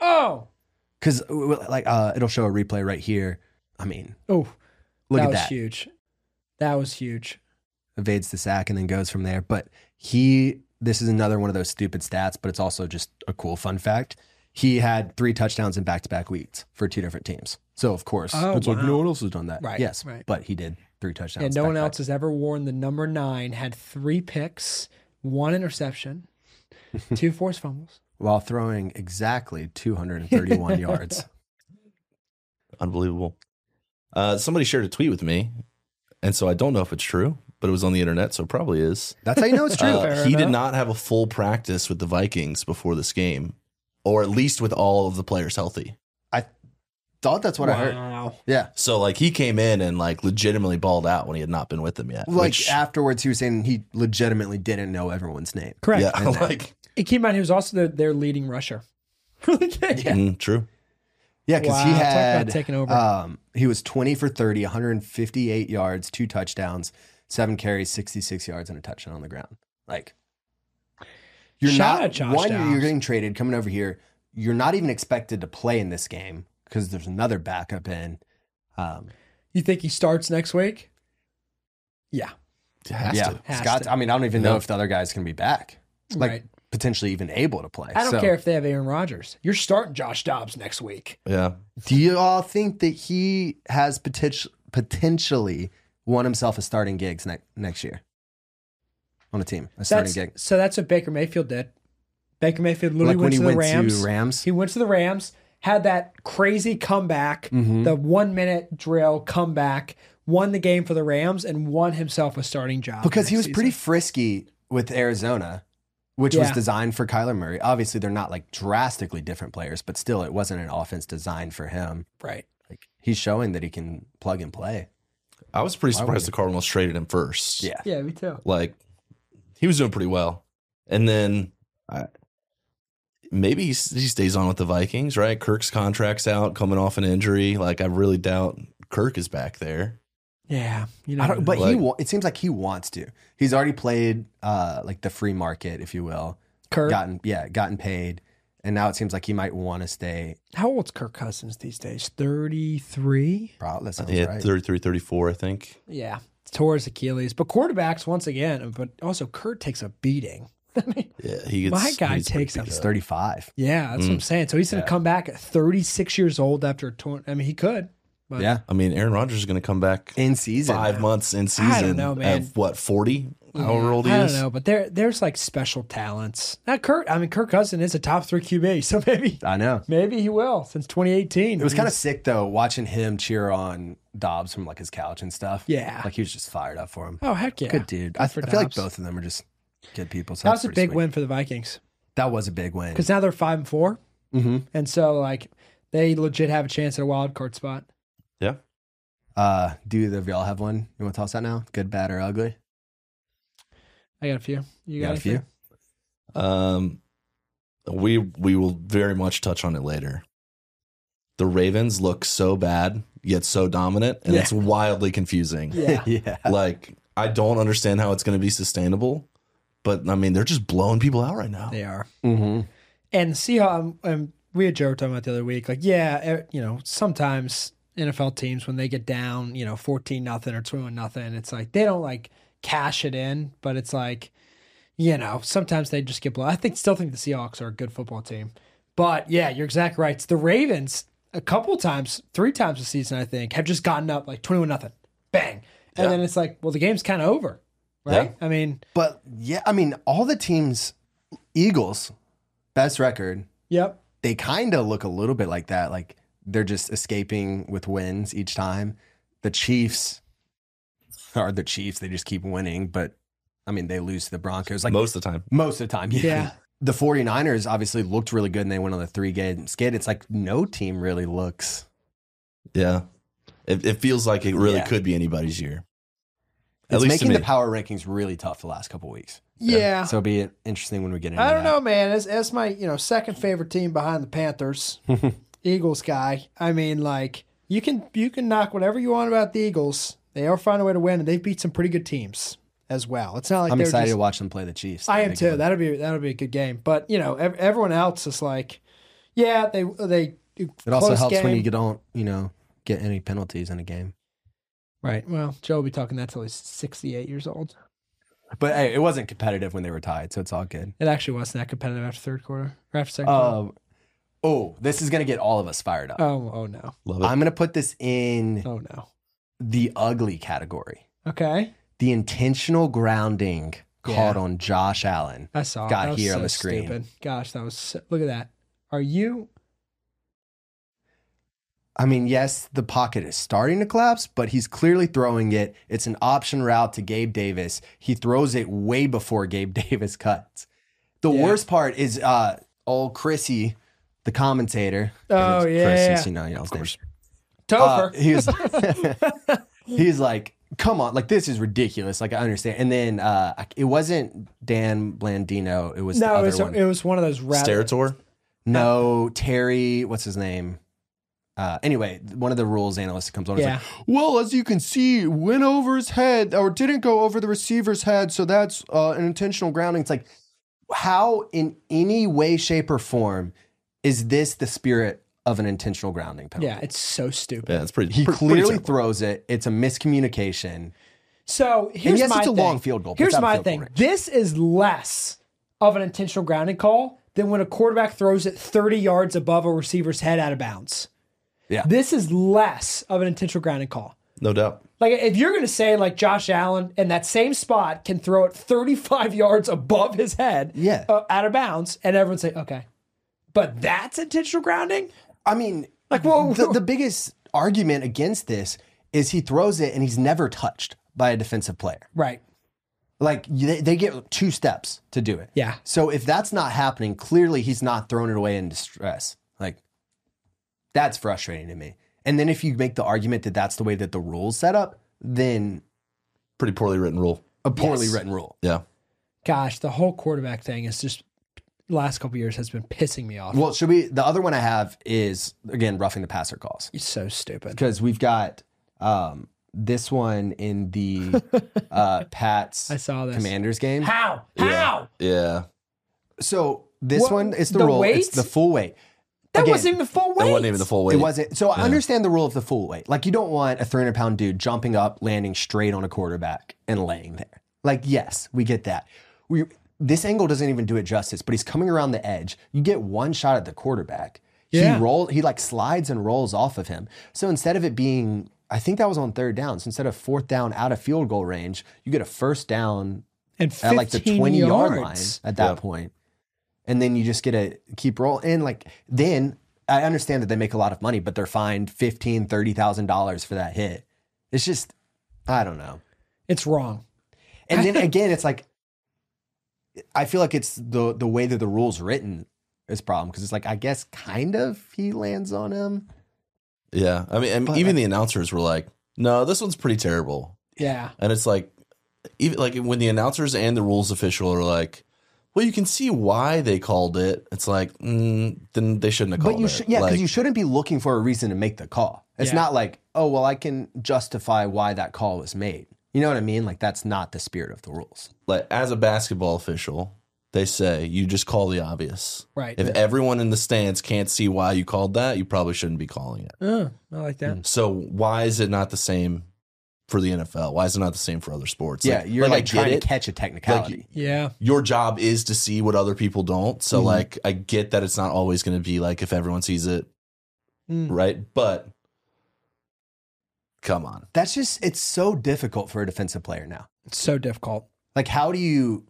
A: oh,
B: Because like uh, it'll show a replay right here. I mean,
A: oh.
B: look
A: that
B: at
A: was
B: that.
A: huge. That was huge.
B: evades the sack and then goes from there. But he, this is another one of those stupid stats, but it's also just a cool fun fact. He had three touchdowns in back to back weeks for two different teams. So, of course,
A: Oh,
B: it's like
A: wow.
B: no one else has done that.
A: Right,
B: Yes.
A: right.
B: But he did three touchdowns.
A: and no one else
B: back-to-back.
A: has ever worn the number nine. Had three picks, one interception, two forced fumbles.
B: [laughs] While throwing exactly
A: [laughs]
B: 231 yards.
C: Unbelievable. Uh, somebody shared a tweet with me, and so I don't know if it's true, but it was on the internet, so it probably is.
B: That's how you know it's true.
C: Uh,
A: Fair
C: he did
A: enough.
C: not have a full practice with the Vikings before this game, or at least with all of the players healthy.
B: I thought that's what I heard.
A: Wow.
B: Yeah.
C: So like he came in and like legitimately balled out when he had not been with them yet.
B: Like
C: which-
B: afterwards, he was saying he legitimately didn't know everyone's name.
A: Correct. [laughs]
C: yeah, [laughs] like
A: And keep in mind, he was also their, their leading rusher. [laughs] for the [laughs] game.
C: mm, true.
B: Yeah, because he
A: Wow, talk about
B: had
A: taking over.
B: Um, he was twenty for 30, 158 yards, two touchdowns, seven carries, sixty-six yards, and a touchdown on the ground. Like you're
A: Shout out
B: not
A: Josh
B: one.
A: Downs.
B: You're getting traded, coming over here. You're not even expected to play in this game because there's another backup in. Um,
A: You think he starts next week? Yeah.
C: Has
B: yeah,
C: to.
A: Has
B: Scott.
A: to.
B: I mean, I don't even know
C: Yeah.
B: if the other guy's going to be back. Like
A: Right.
B: potentially even able to play.
A: I don't
B: So,
A: care if they have Aaron Rodgers. You're starting Josh Dobbs next week.
C: Yeah.
B: Do you all think that he has potential potentially won himself a starting gigs next next year on a team, a starting
A: That's,
B: gig?
A: so that's what Baker Mayfield did. Baker Mayfield literally went to the Rams.
B: Rams?
A: He went to the Rams, had that crazy comeback,
B: Mm-hmm.
A: the one minute drill comeback, won the game for the Rams, and won himself a starting job.
B: because he was
A: next
B: pretty
A: season.
B: frisky with Arizona, which was
A: Yeah.
B: designed for Kyler Murray. Obviously, they're not like drastically different players, but still, it wasn't an offense designed for him.
A: right.
B: Like he's showing that he can plug and play.
C: I was pretty
B: Why would
C: surprised
B: you?
C: the Cardinals traded him first.
B: Yeah,
A: Yeah, me too.
C: Like he was doing pretty well. And then I, maybe he, s- he stays on with the Vikings, right? Kirk's contract's out, coming off an injury. Like I really doubt Kirk is back there.
A: Yeah, you know.
B: I don't, but he
C: Like-
B: wa- it seems like he wants to. He's already played uh, like the free market, if you will.
A: Kirk.
B: gotten yeah gotten paid and now it seems like he might want to stay
A: How old's Kirk Cousins these days? Thirty three.
B: proud that sounds
C: Yeah,
B: right
C: 33, 34, I think.
A: Yeah, towards Achilles. But quarterbacks once again. But also Kurt takes a beating. I mean,
C: Yeah, he gets,
A: my guy
C: he's pretty
A: takes a
C: beat
B: he's Mm.
C: up.
B: 35
A: Yeah, that's what I'm saying. So he's going to come back at 36 years old after a torn. I mean, he could. But
B: yeah
C: I mean, Aaron Rodgers is going to come back
B: in season
C: five months in season.
A: know,
C: at,
A: man.
C: what, 40? However old he
A: I
C: is?
A: don't know. But there, there's like special talents. Now, Kurt. I mean, Kirk Cousin is a top three QB, [laughs] so maybe,
B: i know
A: maybe he will since 2018.
B: it was kind of sick though watching him cheer on dobbs from like his couch and stuff
A: Yeah.
B: like he was just fired up for him
A: Oh heck yeah!
B: good dude I, I
A: for
B: feel like
A: Dobbs.
B: both of them are just good people so
A: That was
B: that's
A: a
B: pretty
A: big
B: sweet.
A: win for the Vikings
B: that was a big win
A: because now they're five and 4
B: mm-hmm.
A: and so like they legit have a chance at a wild card spot.
C: Yeah.
B: uh do either of y'all have one you want to toss that now good bad or ugly
A: I got a few. You got, a few?
C: Um, we we will very much touch on it later. The Ravens look so bad yet so dominant, and
A: Yeah.
C: it's wildly confusing.
A: Yeah.
B: [laughs] yeah
C: Like I don't understand how it's going to be sustainable, but I mean they're just blowing people out right now.
A: they are.
B: mm-hmm.
A: and see how I'm, I'm we had Joe talking about the other week like yeah eh, you know sometimes NFL teams when they get down you know 14 nothing or 21 nothing it's like they don't like cash it in but it's like you know sometimes they just get blown I think still think the Seahawks are a good football team but yeah you're exactly right It's the Ravens a couple times three times a season I think have just gotten up like 21 nothing bang and
C: Yeah.
A: then it's like well the game's kind of over right I mean
B: but yeah i mean all the teams eagles best record
A: yep
B: they kind of look a little bit like that. Like they're just escaping with wins each time. The Chiefs are the Chiefs. They just keep winning, but I mean, they lose to the Broncos like most,
C: Most of the time,
B: of the time. [laughs]
A: Yeah.
B: The 49ers obviously looked really good and they went on a three game skid. It's like no team really looks.
C: yeah. It, it feels like it really
B: Yeah.
C: could be anybody's year. At
B: It's
C: least to
B: making the
C: me.
B: power rankings really tough the last couple weeks.
A: Yeah.
B: So it'll be interesting when we get into
A: I don't
B: that.
A: know, man. That's, that's my you know second favorite team behind the
B: [laughs]
A: Panthers, Eagles guy. I mean, like you can you can knock whatever you want about the Eagles. They are finding a way to win, and they've beat some pretty good teams as well. It's not like
B: I'm
A: they're
B: excited
A: just-
B: to watch them play the Chiefs.
A: I am
B: Big
A: too.
B: one.
A: That'll be that'll be a good game. But you know, ev- everyone else is like, yeah, they they.
B: It also helps when you don't, you know, get any penalties in a game.
A: right. Well, Joe will be talking that till he's sixty-eight years old.
B: But hey, it wasn't competitive when they were tied, so it's all good.
A: It actually wasn't that competitive after third quarter, or after second quarter.
B: Um, oh, this is gonna get all of us fired up.
A: Oh, oh no,
C: Love it.
B: I'm gonna put this in
A: oh no.
B: the ugly category.
A: Okay,
B: The intentional grounding
A: Yeah.
B: caught on Josh Allen.
A: I saw. it.
B: Got
A: That was
B: here
A: so
B: on the screen.
A: Stupid. Gosh, that was. So, look at that. Are you?
B: I mean, yes, the pocket is starting to collapse, but he's clearly throwing it. It's an option route to Gabe Davis. He throws it way before Gabe [laughs] Davis cuts. The
A: Yeah.
B: worst part is uh old Chrissy, the commentator.
A: Oh,
B: Chris,
A: yeah.
B: you know, you know his name. Uh,
A: Topher. [laughs]
B: he was [laughs] he's like, come on, like this is ridiculous. Like I understand. And then uh I- it wasn't Dan Blandino, it was the
A: no, it
B: other
A: was,
B: one.
A: it was one of those rat-
C: Sterator.
B: No, Terry, what's his name? Uh, anyway, th- one of the rules analysts comes on. Yeah.
A: Yeah.
B: Like, well, as you can see, it went over his head or didn't go over the receiver's head, so that's uh, an intentional grounding. It's like, how in any way, shape, or form is this the spirit of an intentional grounding penalty?
A: Yeah, it's so stupid.
C: Yeah, it's pretty.
B: He
C: pre- pretty
B: clearly
C: simple.
B: throws it. It's a miscommunication.
A: So here's
B: yes,
A: my
B: it's a
A: thing.
B: long field goal, but
A: Here's
B: it's out of
A: my
B: field goal
A: thing.
B: range.
A: This is less of an intentional grounding call than when a quarterback throws it 30 yards above a receiver's head out of bounds.
B: Yeah.
A: This is less of an intentional grounding call.
C: no doubt.
A: Like if you're going to say like Josh Allen in that same spot can throw it 35 [laughs] yards above his head,
B: Yeah.
A: uh, out of bounds, and everyone's like, okay, but that's intentional grounding.
B: I mean,
A: Like, well,
B: the, the biggest argument against this is he throws it and he's never touched by a defensive player.
A: right?
B: Like they, they get two steps to do it.
A: Yeah.
B: So if that's not happening, clearly he's not throwing it away in distress. Like that's frustrating to me. And then if you make the argument that that's the way that the rules set up, then
C: Pretty poorly written rule.
B: a poorly
A: Yes.
B: written rule.
C: Yeah.
A: Gosh, the whole quarterback thing is just last couple years has been pissing me off.
B: Well, should we? The other one I have is again roughing the passer calls
A: it's so stupid.
B: because we've got um, this one
A: [laughs]
B: in the uh, Pats
A: I saw this.
B: Commanders game.
A: How?
C: Yeah.
A: How?
C: Yeah.
B: So this
A: What-
B: one is the,
A: the
B: rule.
A: weight?
B: It's the full weight.
A: That
B: Again,
A: wasn't even the full weight.
C: That wasn't even the full weight.
B: It wasn't. So I understand the rule of the full weight. Like you don't want a 300 pound dude jumping up, landing straight on a quarterback and laying there. Like yes, we get that. We this angle doesn't even do it justice. But he's coming around the edge. You get one shot at the quarterback.
A: Yeah.
B: He roll. He like slides and rolls off of him. So instead of it being, I think that was on third down. So instead of fourth down out of field goal range, you get a first down
A: and
B: at
A: 15
B: like the
A: yards.
B: 20 yard line at that
C: Yeah.
B: point. And then you just get to keep rolling. And like, then I understand that they make a lot of money, but they're fined $15,000, $30,000 for that hit. It's just, I don't know.
A: It's wrong.
B: And then again, it's like, I feel like it's the, the way that the rule's written is problem because it's like, I guess kind of he lands on him.
C: Yeah. I mean, and
B: But-
C: even the announcers were like, "No, this one's pretty terrible."
A: Yeah.
C: And it's like, even like when the announcers and the rules official are like, "Well, you can see why they called it." It's like, mm, then they shouldn't have called
B: But you
C: it.
B: should, yeah, because
C: Like,
B: you shouldn't be looking for a reason to make the call. It's
A: Yeah.
B: not like, oh, well, I can justify why that call was made. You know what I mean? Like that's not the spirit of the rules.
C: like as a basketball official, they say you just call the obvious.
A: Right.
C: If everyone in the stands can't see why you called that, you probably shouldn't be calling it.
A: Uh, I like that.
B: Hmm.
C: So why is it not the same for the NFL? Why is it not the same for other sports?
B: yeah, you're
C: I
B: like,
C: get
B: trying
C: it.
B: to catch a technicality.
A: Yeah.
C: your job is to see what other people don't. So
B: Mhm.
C: like I get that it's not always going to be like if everyone sees it,
A: Mm.
B: Mm-hmm.
C: right? But come on.
B: that's just it's so difficult for a defensive player now.
A: It's so difficult.
B: Like how do you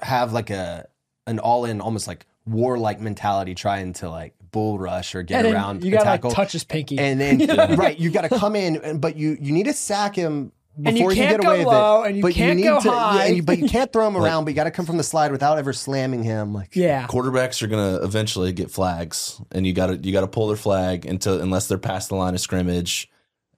B: have like a an all in almost like warlike mentality trying to like bull rush or get
A: and then
B: around
A: you
B: a
A: gotta
B: tackle
A: like touch his pinky.
B: and
A: [laughs]
B: then
A: You know what I mean?
B: right you got to come in and- but you you need to sack him before
A: And you
B: he
A: can't
B: get
A: go
B: away
A: low,
B: with it
A: and you
B: but
A: can't
B: need
A: go
B: to, yeah,
A: high.
B: and you- but you can't
A: [laughs]
B: throw him around but you got to come from the slide without ever slamming him like
A: yeah.
C: Quarterbacks are going to eventually get flags and you got to you got to pull their flag until unless they're past the line of scrimmage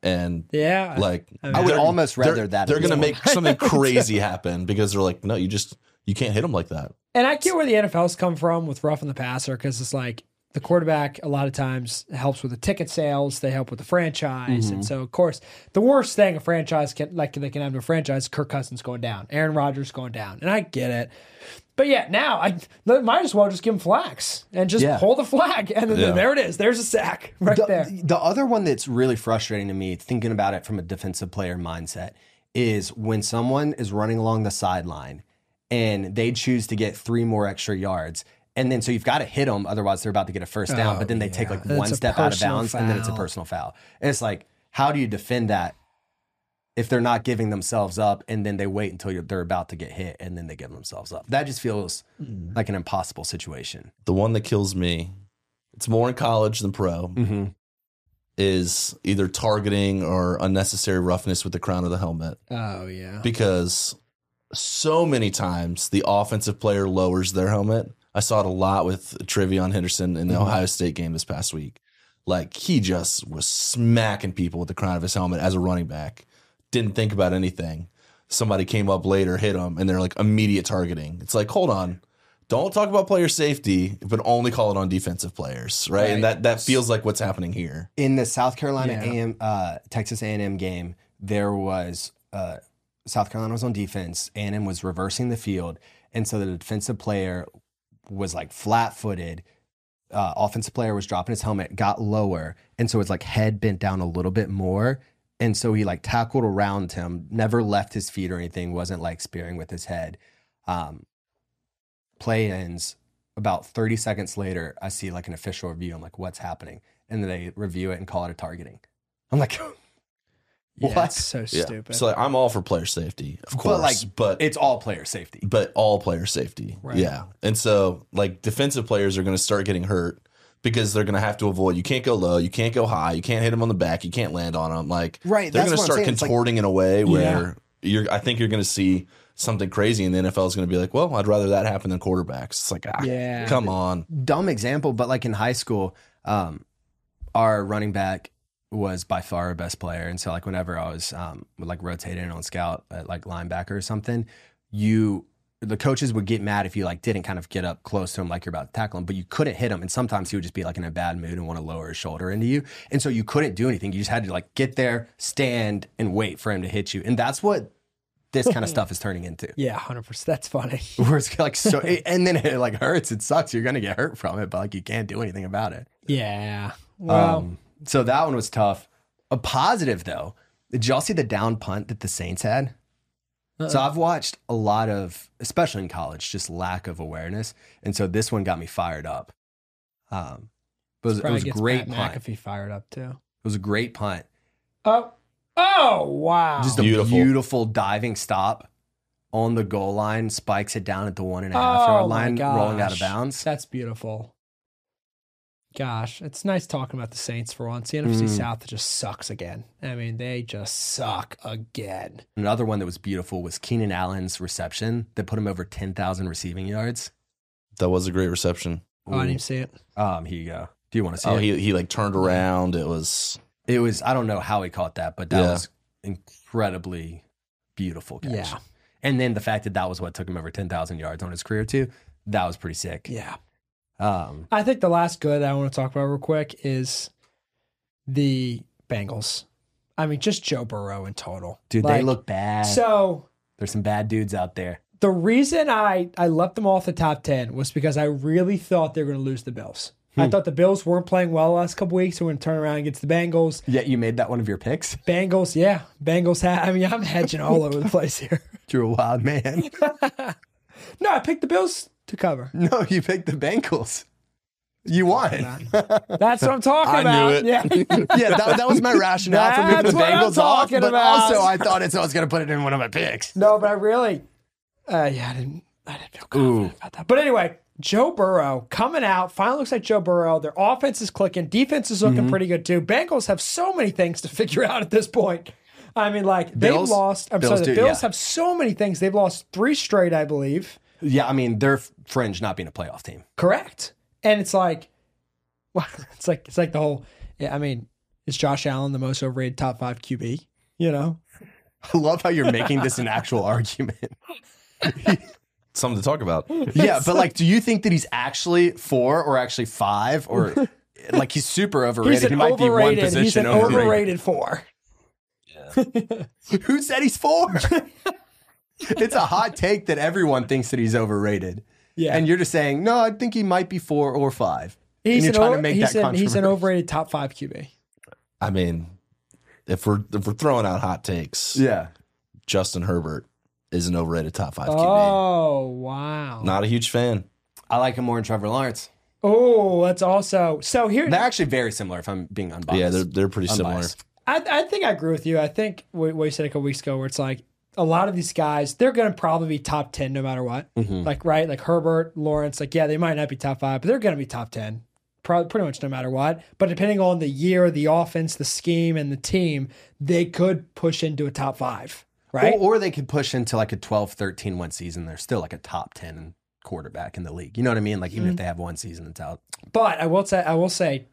C: and
A: Yeah.
C: like
B: I would
C: they're-
B: almost rather
C: they're,
B: that. at
C: They're
B: this
C: gonna
B: point. [laughs]
C: make something crazy happen because they're like, no, you just you can't hit them like that.
A: And I get where the NFL's come from with roughing the passer because it's like the quarterback a lot of times helps with the ticket sales. They help with the franchise,
B: Mm-hmm.
A: and so of course the worst thing a franchise can like they can have to a franchise. is Kirk Cousins going down, Aaron Rodgers going down, and I get it. But yeah, now I l- might as well just give him flags and just
B: Yeah.
A: pull the flag, and then
C: Yeah.
A: there it is. There's a sack right
B: the,
A: there.
B: the other one that's really frustrating to me, thinking about it from a defensive player mindset, is when someone is running along the sideline and they choose to get three more extra yards. And then, so you've got to hit them, otherwise they're about to get a first down. but then they take like
A: That's
B: one
A: Oh, a
B: step out of
A: personal
B: bounds, and then it's a
A: foul.
B: personal foul. And it's like, how do you defend that if they're not giving themselves up, and then they wait until you're, they're about to get hit, and then they give themselves up? That just feels
A: Mm.
B: like an impossible situation.
C: The one that kills me, it's more in college than pro,
B: Mm-hmm.
C: is either targeting or unnecessary roughness with the crown of the helmet.
A: Oh yeah,
C: because so many times the offensive player lowers their helmet. I saw it a lot with Trevion Henderson in the Ohio State game this past week. Like he just was smacking people with the crown of his helmet as a running back. Didn't think about anything. Somebody came up later, hit him, and they're like immediate targeting. It's like, hold on. Don't talk about player safety, but only call it on defensive players, right? And that that feels like what's happening here.
B: in the South Carolina
A: Yeah.
B: AM, uh, Texas A&M game, there was uh, South Carolina was on defense. A&M was reversing the field, and so the defensive player was like flat-footed. Uh, offensive player was dropping his helmet, got lower, and so his like head bent down a little bit more, and so he like tackled around him, never left his feet or anything, wasn't like spearing with his head. Um, play ends about 30 seconds later i see like an official review i'm like what's happening and then they review it and call it a targeting i'm like [laughs]
A: yeah,
B: What?
A: it's so
C: Yeah.
A: stupid.
C: So like, I'm all for player safety, of course.
B: like,
C: but
B: it's all player safety
C: but all player safety.
A: Right.
C: Yeah. And so like defensive players are going to start getting hurt because they're going to have to avoid. You can't go low. You can't go high. You can't hit them on the back. You can't land on them. Like
B: Right,
C: they're
B: that's
C: going to
B: what I'm
C: start
B: saying. It's like-
C: contorting in a way where you're. I think you're going to see something crazy, and the NFL is going to be like, "Well, I'd rather that happen than quarterbacks." It's like, ah,
A: Yeah.
C: come on.
B: dumb example but like in high school um, our running back was by far our best player and so like whenever i was um, would, like rotating on scout at like linebacker or something you the coaches would get mad if you like didn't kind of get up close to him like you're about to tackle him, but you couldn't hit him. And sometimes he would just be like in a bad mood and want to lower his shoulder into you. And so you couldn't do anything. You just had to like get there, stand, and wait for him to hit you. And that's what this kind of stuff is turning into.
A: yeah, hundred percent. That's funny. [laughs]
B: Where it's like so and then it like hurts. It sucks. You're gonna get hurt from it, but like you can't do anything about it.
A: Yeah. Well,
B: Um, so that one was tough. A positive though, did y'all see the down punt that the Saints had?
A: Uh-uh.
B: So I've watched a lot of, especially in college, just lack of awareness, and so this one got me fired up. Um, but it was, it
A: probably
B: was a
A: gets Pat
B: great punt. It
A: McAfee fired up too.
B: was a great punt.
A: Oh, oh wow!
B: Just a
C: Beautiful.
B: beautiful. diving stop on the goal line, spikes it down at the one and a half
A: oh
B: yard line, rolling out of bounds.
A: That's beautiful. Gosh, it's nice talking about the Saints for once. The NFC
B: Mm.
A: South just sucks again. I mean, they just suck again.
B: Another one that was beautiful was Keenan Allen's reception that put him over ten thousand receiving yards.
C: That was a great reception.
A: Oh, I didn't even see it.
B: Um, here you go. Do you want to see
C: Oh,
B: it?
C: he he like turned around. It was
B: it was I don't know how he caught that, but that
C: Yeah.
B: was incredibly beautiful catch.
A: Yeah.
B: And then the fact that that was what took him over ten thousand yards on his career too, that was pretty sick.
A: Yeah,
B: Um,
A: I think the last good I want to talk about real quick is the Bengals. I mean, just Joe Burrow in total.
B: dude, they
A: Like,
B: look bad.
A: so
B: There's some bad dudes out there.
A: the reason I I left them off the top ten was because I really thought they were going to lose the Bills.
C: Hmm.
A: I thought the Bills weren't playing well the last couple weeks, so we're going to turn around against the Bengals.
B: Yet you made that one of your picks. [laughs]
A: Bengals, yeah, Bengals. Ha- I mean, I'm hedging all over the place here. [laughs]
B: You're a wild man. [laughs]
A: No, I picked the Bills to cover.
B: no, you picked the Bengals. You won.
A: That's what I'm talking
C: [laughs] I
A: about.
C: knew
A: Yeah, [laughs]
B: [laughs] yeah, that, that was my rationale for moving
A: That's
B: the
A: what I'm
B: Bengals off.
A: talking
B: But
A: about.
B: also, I thought it's I was going to put it in one of my picks.
A: no, but I really, uh, yeah, I didn't, I didn't feel confident about that. But anyway, Joe Burrow coming out finally looks like Joe Burrow. Their offense is clicking, defense is
B: Mm-hmm.
A: looking pretty good too. Bengals have so many things to [laughs] figure out at this point. I mean, like they've
B: Bills?
A: lost. I'm
B: Bills
A: sorry, the
B: do,
A: Bills
B: yeah.
A: have so many things. They've lost three straight, I believe.
B: Yeah, I mean they're fringe not being a playoff team.
A: [laughs] Correct. And it's like, well, it's like it's like the whole. Yeah, I mean, Is Josh Allen the most overrated top five QB? You know,
B: I love how you're making this an actual argument.
C: Something to talk about.
B: [laughs] Yeah, but like, do you think that he's actually four or actually five or like he's super overrated?
A: he's
B: he
A: an
B: might be one
A: overrated.
B: position
A: He's an overrated,
B: overrated.
A: four.
B: [laughs] Who said
A: [laughs]
B: he's four? it's a hot take that everyone thinks that he's overrated.
A: Yeah,
B: And you're just saying, no, I think he might be four or five. And
A: he's
B: you're
A: an
B: trying to
A: o-
B: make
A: he's
B: that
A: an, he's an
B: controversial.
A: overrated top five QB.
C: I mean, if we're if we're throwing out hot takes,
B: Yeah.
C: Justin Herbert is an overrated top five QB.
A: Oh wow.
C: Not a huge fan.
B: I like him more than Trevor Lawrence.
A: Oh, that's also so here.
B: They're actually very similar if I'm being unbiased.
C: Yeah, they're they're pretty similar.
B: Unbiased.
A: I, I think I agree with you. I think what what you said a couple weeks ago, where it's like a lot of these guys, they're going to probably be top 10 no matter what. Like, right? Like Herbert, Lawrence, like, yeah, they might not be top five, but they're going to be top 10 probably pretty much no matter what. But depending on the year, the offense, the scheme, and the team, they could push into a top five, right?
B: Or, or they could push into like a 12, 13 one season. They're still like a top 10 quarterback in the league. You know what I mean? Like, even if they have one season, it's out.
A: But I will say, I will say,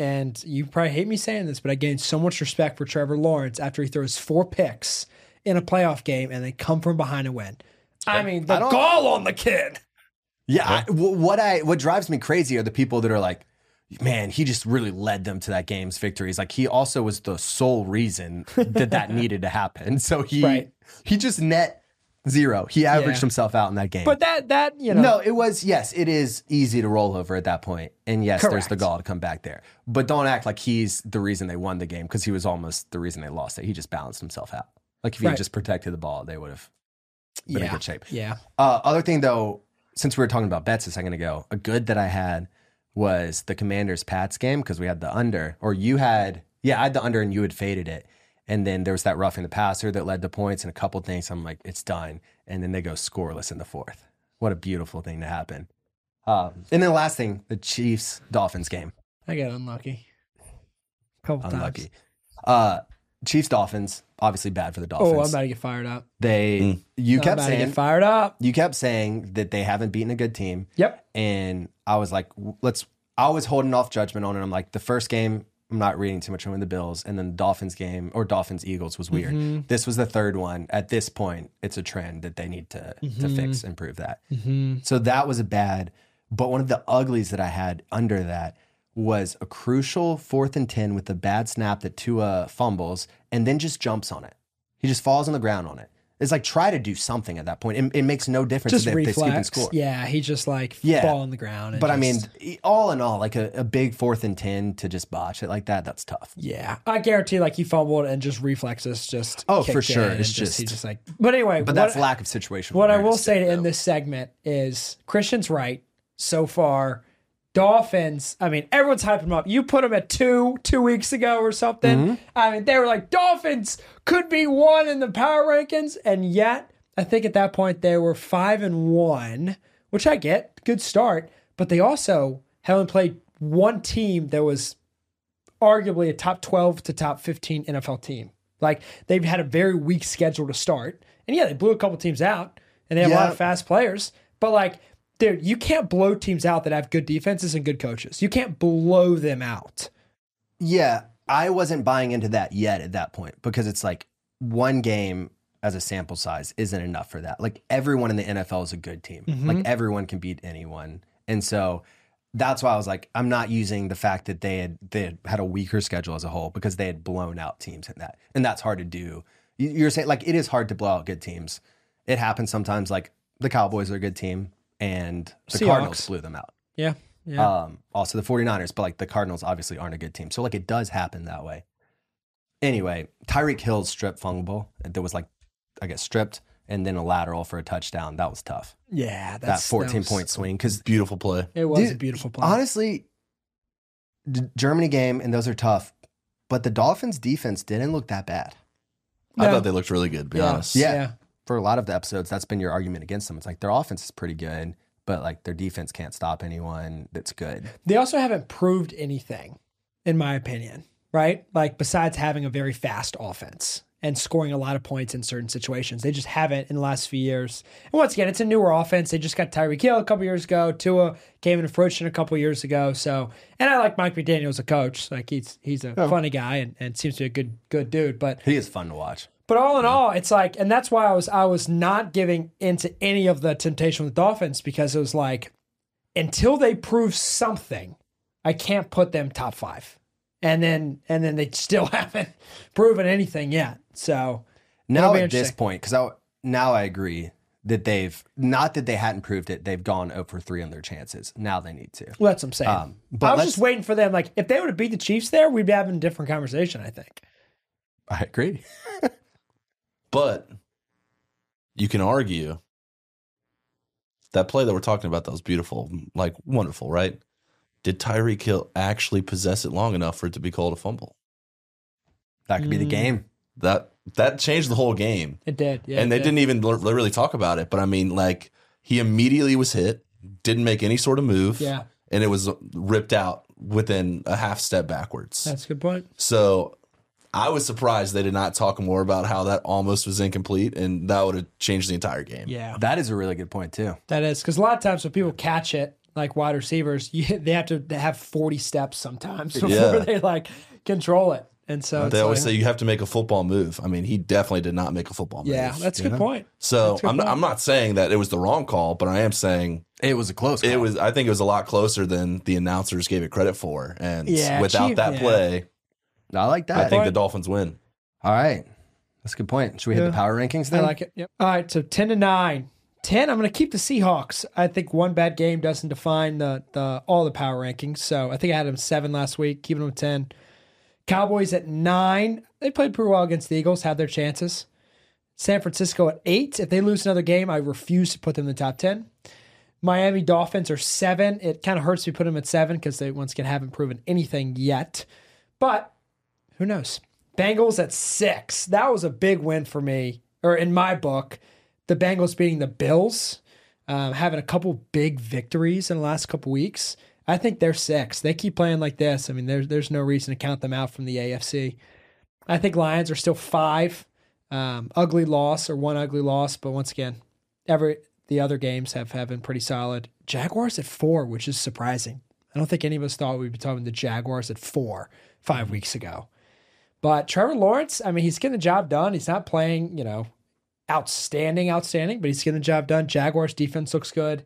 A: and you probably hate me saying this, but I gained so much respect for Trevor Lawrence after he throws four picks in a playoff game and they come from behind and win. I mean, the
B: don't-
A: gall on the kid.
B: Yeah. I- wh- what I what drives me crazy are the people that are like, man, he just really led them to that game's victories. Like he also was the sole reason that [laughs] that needed to happen. So he
A: Right.
B: he just net zero. He averaged
A: Yeah.
B: himself out in that game.
A: But that that you know,
B: no, it was yes, it is easy to roll over at that point, and yes, there's the
A: Correct.
B: gall to come back there. But don't act like he's the reason they won the game because he was almost the reason they lost it. He just balanced himself out. Like if he had
A: Right.
B: just protected the ball, they would have been in
A: yeah,
B: good shape.
A: yeah.
B: Uh, other thing though, since we were talking about bets a second ago, a good that I had was the Commanders Pats game because we had the under, or you had, yeah, I had the under and you had faded it. And then there was that roughing the passer that led to points and a couple things. I'm like, it's done. And then they go scoreless in the fourth. What a beautiful thing to happen. Um, and then the last thing, the Chiefs Dolphins game.
A: I got unlucky. Couple
B: Unlucky.
A: times.
B: Uh, Chiefs Dolphins, obviously bad for the Dolphins.
A: Oh, I'm about to get fired up.
B: they, you
A: I'm
B: kept
A: about to
B: saying,
A: get fired up.
B: you kept saying that they haven't beaten a good team.
A: Yep.
B: and I was like, w- let's. I was holding off judgment on it. I'm like, the first game, I'm not reading too much on the Bills, and then the Dolphins game or Dolphins Eagles was weird.
A: Mm-hmm.
B: This was the third one. At this point, it's a trend that they need to
A: Mm-hmm.
B: to fix, improve that. So that was a bad. But one of the uglies that I had under that was a crucial fourth and ten with a bad snap that Tua fumbles and then just jumps on it. He just falls on the ground on it. It's like try to do something at that point. It, it makes no difference
A: Just
B: if they, if they scoop and
A: reflex.
B: score.
A: Yeah, he just like
B: Yeah.
A: fall on the ground. and
B: But I mean,
A: just-
B: e- all in all, like a, a big fourth and 10 to just botch it like that, that's tough.
A: Yeah, I guarantee, like he fumbled and just reflexes just.
B: Oh, for
A: kicked
B: sure.
A: in and
B: It's
A: he
B: just-
A: just like. But anyway,
B: But that's lack of situation.
A: What I will say to end this segment is Christian's right so far. Dolphins, I mean, everyone's hyping them up. You put them at two, two weeks ago or something. I mean, they were like, Dolphins could be one in the power rankings. And yet, I think at that point, they were five and one, which I get. Good start. But they also haven't played one team that was arguably a top 12 to top 15 NFL team. Like they've had a very weak schedule to start. And yeah, they blew a couple teams out and they have a lot
B: Yeah.
A: of fast players. But like, dude, you can't blow teams out that have good defenses and good coaches. You can't blow them out.
B: Yeah, I wasn't buying into that yet at that point because it's like one game as a sample size isn't enough for that. Like everyone in the NFL is a good team. Like everyone can beat anyone. And so that's why I was like, I'm not using the fact that they had they had, had a weaker schedule as a whole because they had blown out teams in that. And that's hard to do. You- You're saying like it is hard to blow out good teams. It happens sometimes like the Cowboys are a good team and the
A: Seahawks.
B: Cardinals blew them out.
A: Yeah. Yeah.
B: Um, also the 49ers, but like the Cardinals obviously aren't a good team. So like it does happen that way. Anyway, Tyreek Hill's strip fumble that was like I guess stripped and then a lateral for a touchdown. That was tough.
A: yeah.
B: That
A: That's,
B: 14
A: was-
B: point swing cuz
C: Beautiful play.
A: It was a
B: Dude,
A: beautiful play.
B: honestly the Germany game and those are tough, but the Dolphins defense didn't look that bad.
C: I
A: No.
C: thought they looked really good. To be
A: Yeah.
C: honest.
B: Yeah. For a lot of the episodes, that's been your argument against them. It's like their offense is pretty good, but like their defense can't stop anyone that's good.
A: They also haven't proved anything, in my opinion, right? Like, besides having a very fast offense. and scoring a lot of points in certain situations. They just haven't in the last few years. And once again, it's a newer offense. They just got Tyreek Hill a couple years ago. Tua came in Frochen a couple years ago. So, and I like Mike McDaniel as a coach. Like he's he's a funny guy and, and seems to be a good good dude. But
B: He is fun to watch.
A: but all in all, it's like, and that's why I was I was not giving into any of the temptation with Dolphins because it was like, until they prove something, I can't put them top five, and then and then they still [laughs] haven't proven anything yet. So
B: Now
A: be
B: at this
A: interesting.
B: point, because I now I agree that they've not that they hadn't proved it, they've gone over three on their chances. Now they need to.
A: well, that's what I'm saying.
B: Um, but
A: I was
B: let's-
A: just waiting for them. Like if they would have beat the Chiefs there, we'd be having a different conversation. I think.
B: I agree.
C: But you can argue that play that we're talking about that was beautiful, like wonderful, right? Did Tyreek Hill actually possess it long enough for it to be called a fumble?
B: That could be the
A: Mm.
B: game.
C: That that changed the whole game.
A: It did. Yeah,
C: and they didn't even l- really talk about it, but I mean like he immediately was hit, didn't make any sort of move.
A: Yeah.
C: And it was ripped out within a half step backwards.
A: That's a good point.
C: So I was surprised they did not talk more about how that almost was incomplete and that would have changed the entire game.
A: Yeah.
B: That is a really good point too.
A: That is because a lot of times when people catch it, like wide receivers, you, [laughs] they have to have forty steps sometimes [laughs] before
C: Yeah.
A: they like control it. And so it's
C: They always say
A: like-
C: you have to make a football move. I mean, he definitely did not make a football move.
A: "Yeah, that's a good point."
C: so
A: a good
C: I'm not,
A: point.
C: I'm not saying that it was the wrong call, but I am saying
B: It was a close.
C: it
B: call.
C: was. I think it was a lot closer than the announcers gave it credit for. And
A: Yeah,
C: without
A: Chief-
C: that
A: yeah.
C: play,
B: I like that.
C: I think the
A: point.
C: Dolphins win.
B: All right. That's a good point. Should we hit
A: Yeah.
B: the power rankings
A: I
B: then?
A: like it. Yep. All right, so ten to nine. Ten, I'm going to keep the Seahawks. I think one bad game doesn't define the the all the power rankings. So I think I had them seven last week, keeping them ten. Cowboys at nine. They played pretty well against the Eagles, had their chances. San Francisco at eight. If they lose another game, I refuse to put them in the top ten. Miami Dolphins are seven. It kind of hurts me to put them at seven because they once again haven't proven anything yet. But who knows? Bengals at six. That was a big win for me, or in my book, the Bengals beating the Bills, um, having a couple big victories in the last couple weeks. I think they're six. They keep playing like this. I mean, there's there's no reason to count them out from the AFC. I think Lions are still five. Um, ugly loss or one ugly loss, but once again, every the other games have, have been pretty solid. Jaguars at four, which is surprising. I don't think any of us thought we'd be talking the Jaguars at four five weeks ago. But Trevor Lawrence, I mean, he's getting the job done. He's not playing, you know, outstanding, outstanding, but he's getting the job done. Jaguars defense looks good.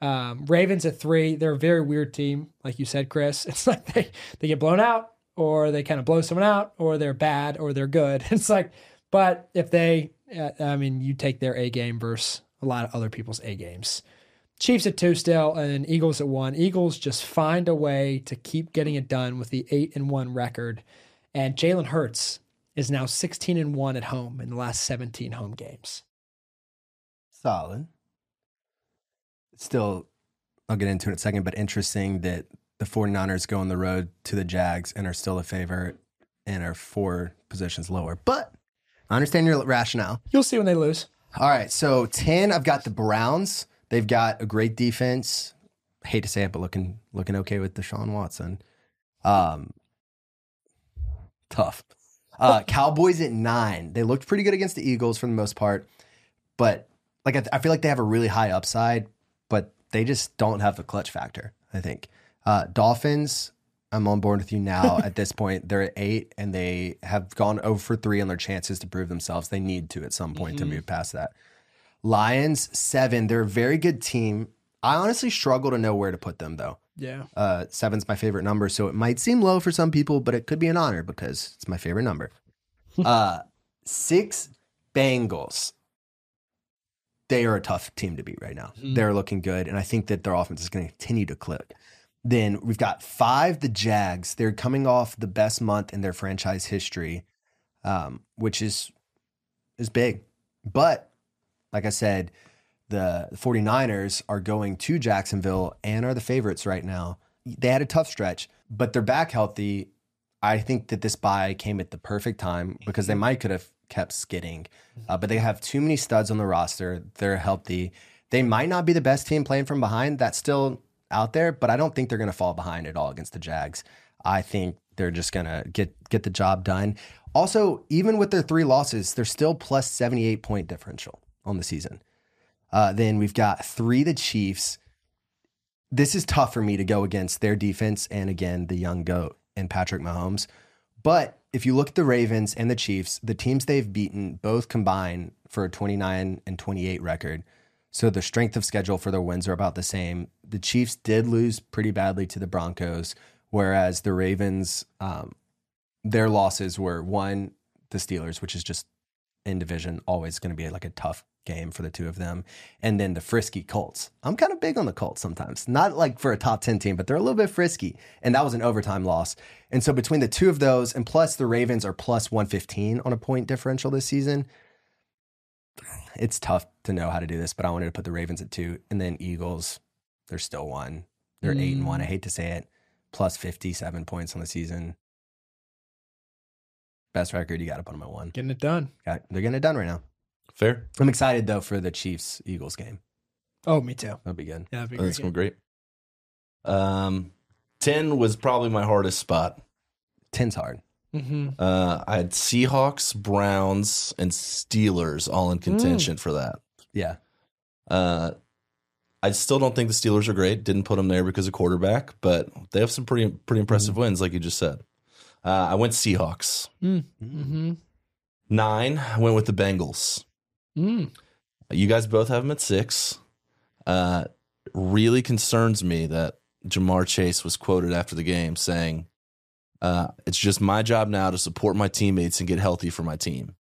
A: Um, Ravens at three. They're a very weird team, like you said, Chris. [laughs] It's like they they get blown out, or they kind of blow someone out, or they're bad, or they're good. [laughs] It's like, but if they, uh, I mean, you take their A game versus a lot of other people's A games. Chiefs at two still, and then Eagles at one. Eagles just find a way to keep getting it done with the eight and one record. And Jalen Hurts is now 16 and 1 at home in the last 17 home games.
B: Solid. Still, I'll get into it in a second, but interesting that the 49ers go on the road to the Jags and are still a favorite and are four positions lower. But I understand your rationale.
A: You'll see when they lose.
B: All right. So 10, I've got the Browns. They've got a great defense. Hate to say it, but looking looking okay with Deshaun Watson. Um tough. Uh Cowboys at nine. They looked pretty good against the Eagles for the most part. But like I, I feel like they have a really high upside, but they just don't have the clutch factor, I think. Uh Dolphins, I'm on board with you now at this point. They're at eight and they have gone over for three on their chances to prove themselves. They need to at some point to move past that. Lions, seven. They're a very good team. I honestly struggle to know where to put them though.
A: Yeah.
B: Uh, seven's my favorite number, so it might seem low for some people, but it could be an honor because it's my favorite number. uh, six Bengals. They are a tough team to beat right now. They're looking good, and I think that their offense is going to continue to click. Then we've got five the Jags. They're coming off the best month in their franchise history, um, which is is big. But like I said, the 49ers are going to Jacksonville and are the favorites right now. They had a tough stretch, but they're back healthy. I think that this buy came at the perfect time because they might could have kept skidding, uh, but they have too many studs on the roster. They're healthy. They might not be the best team playing from behind. That's still out there, but I don't think they're going to fall behind at all against the Jags. I think they're just gonna get get the job done. Also, even with their three losses, they're still plus seventy eight point differential on the season. Uh, then we've got three the Chiefs. This is tough for me to go against their defense and again the young goat and Patrick Mahomes. But if you look at the Ravens and the Chiefs, the teams they've beaten both combine for a 29 and 28 record. So the strength of schedule for their wins are about the same. The Chiefs did lose pretty badly to the Broncos, whereas the Ravens, um, their losses were one, the Steelers, which is just in division, always going to be like a tough game for the two of them, and then the frisky Colts. I'm kind of big on the Colts sometimes, not like for a top 10 team, but they're a little bit frisky. And that was an overtime loss. And so between the two of those, and plus the Ravens are plus 115 on a point differential this season, it's tough to know how to do this, but I wanted to put the Ravens at two, and then Eagles, they're still one. They're eight and one. I hate to say it, plus 57 points on the season. Best record, you got to put them at one.
A: Getting it done.
B: Got- They're getting it done right now.
C: Fair.
B: I'm excited though for the Chiefs Eagles game.
A: Oh, me too.
B: That'll be good.
A: Yeah, that'd be
C: That's going
A: great.
C: great. Um, 10 was probably my hardest spot.
B: Ten's hard.
A: Mm-hmm.
C: Uh, I had Seahawks, Browns, and Steelers all in contention for that.
B: Yeah.
C: Uh, I still don't think the Steelers are great. Didn't put them there because of quarterback, but they have some pretty pretty impressive wins, like you just said. Uh, I went Seahawks
A: Mm-hmm.
C: nine. I went with the Bengals.
A: Mm.
C: You guys both have them at six. Uh, really concerns me that Jamar Chase was quoted after the game saying, uh, "It's just my job now to support my teammates and get healthy for my team."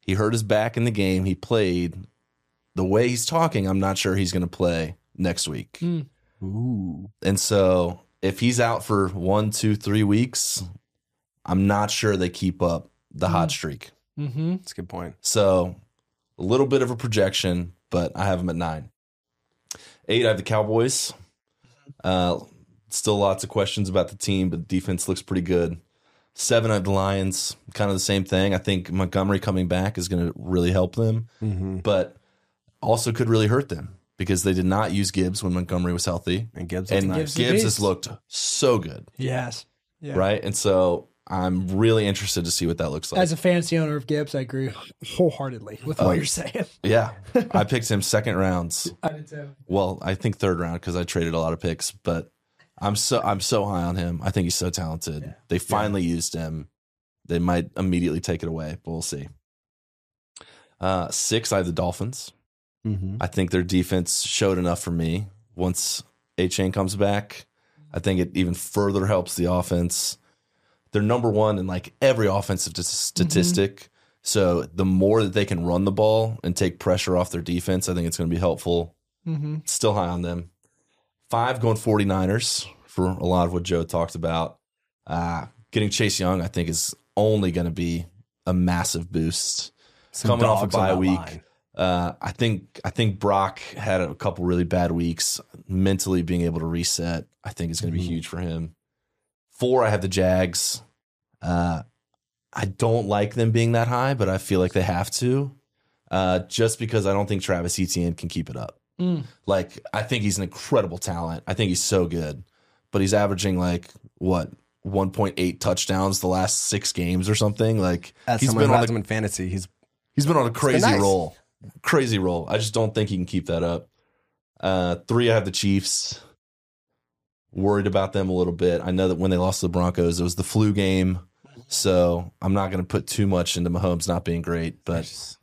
C: He hurt his back in the game. He played. The way he's talking, I'm not sure he's going to play next week.
A: Mm.
B: Ooh.
C: And so if he's out for one, two, three weeks, I'm not sure they keep up the hot streak.
A: Mm-hmm.
B: That's a good point.
C: So a little bit of a projection, but I have them at nine. Eight, I have the Cowboys.
A: Mm-hmm.
C: Uh, still lots of questions about the team, but the defense looks pretty good. Seven, I have the Lions. Kind of the same thing. I think Montgomery coming back is going to really help them,
A: Mm-hmm.
C: but also could really hurt them because they did not use Gibbs when Montgomery was healthy.
B: And Gibbs.
C: And
B: was nice.
A: Gibbs-
C: Gibbs,
A: the
C: has
A: beast.
C: looked so good,
A: Yes. Yeah.
C: right? And so I'm really interested to see what that looks like.
A: As a fantasy owner of Gibbs, I agree wholeheartedly with
B: Oh.
A: what you're saying. [laughs]
C: yeah, I picked him second rounds.
A: I did too.
C: Well, I think third round because I traded a lot of picks, but I'm so I'm so high on him. I think he's so talented. They finally used him. They might immediately take it away, but we'll see. Uh, six, I have the Dolphins.
B: Mhm.
C: I think their defense showed enough for me. Once A Chain comes back, I think it even further helps the offense. They're number one in like every offensive t- statistic. So the more that they can run the ball and take pressure off their defense, I think it's going to be helpful.
A: Mm-hmm.
C: Still high on them. Five going 49ers for a lot of what Joe talked about. Uh, getting Chase Young, I think, is only going to be a massive boost
B: Some
C: coming off a
B: dogs on
C: bye
B: that
C: week.
B: line.
C: Uh, I think I think Brock had a couple really bad weeks. Mentally being able to reset, I think is going to be
B: Mhm.
C: huge for him. Four, I have the Jags. Uh, I don't like them being that high, but I feel like they have to, uh, just because I don't think Travis Etienne can keep it up.
A: Mm.
C: Like I think he's an incredible talent. I think he's so good, but he's averaging like what 1.8 touchdowns the last six games or something. Like
B: As
C: he's
B: someone
C: been
B: who
C: on
B: has
C: the
B: him in fantasy, he's
C: He's been on a crazy
B: nice.
C: roll. Crazy roll. I just don't think he can keep that up. Uh, three, I have the Chiefs. Worried about them a little bit. I know that when they lost to the Broncos, it was the flu game. So I'm not going to put too much into Mahomes not being great, but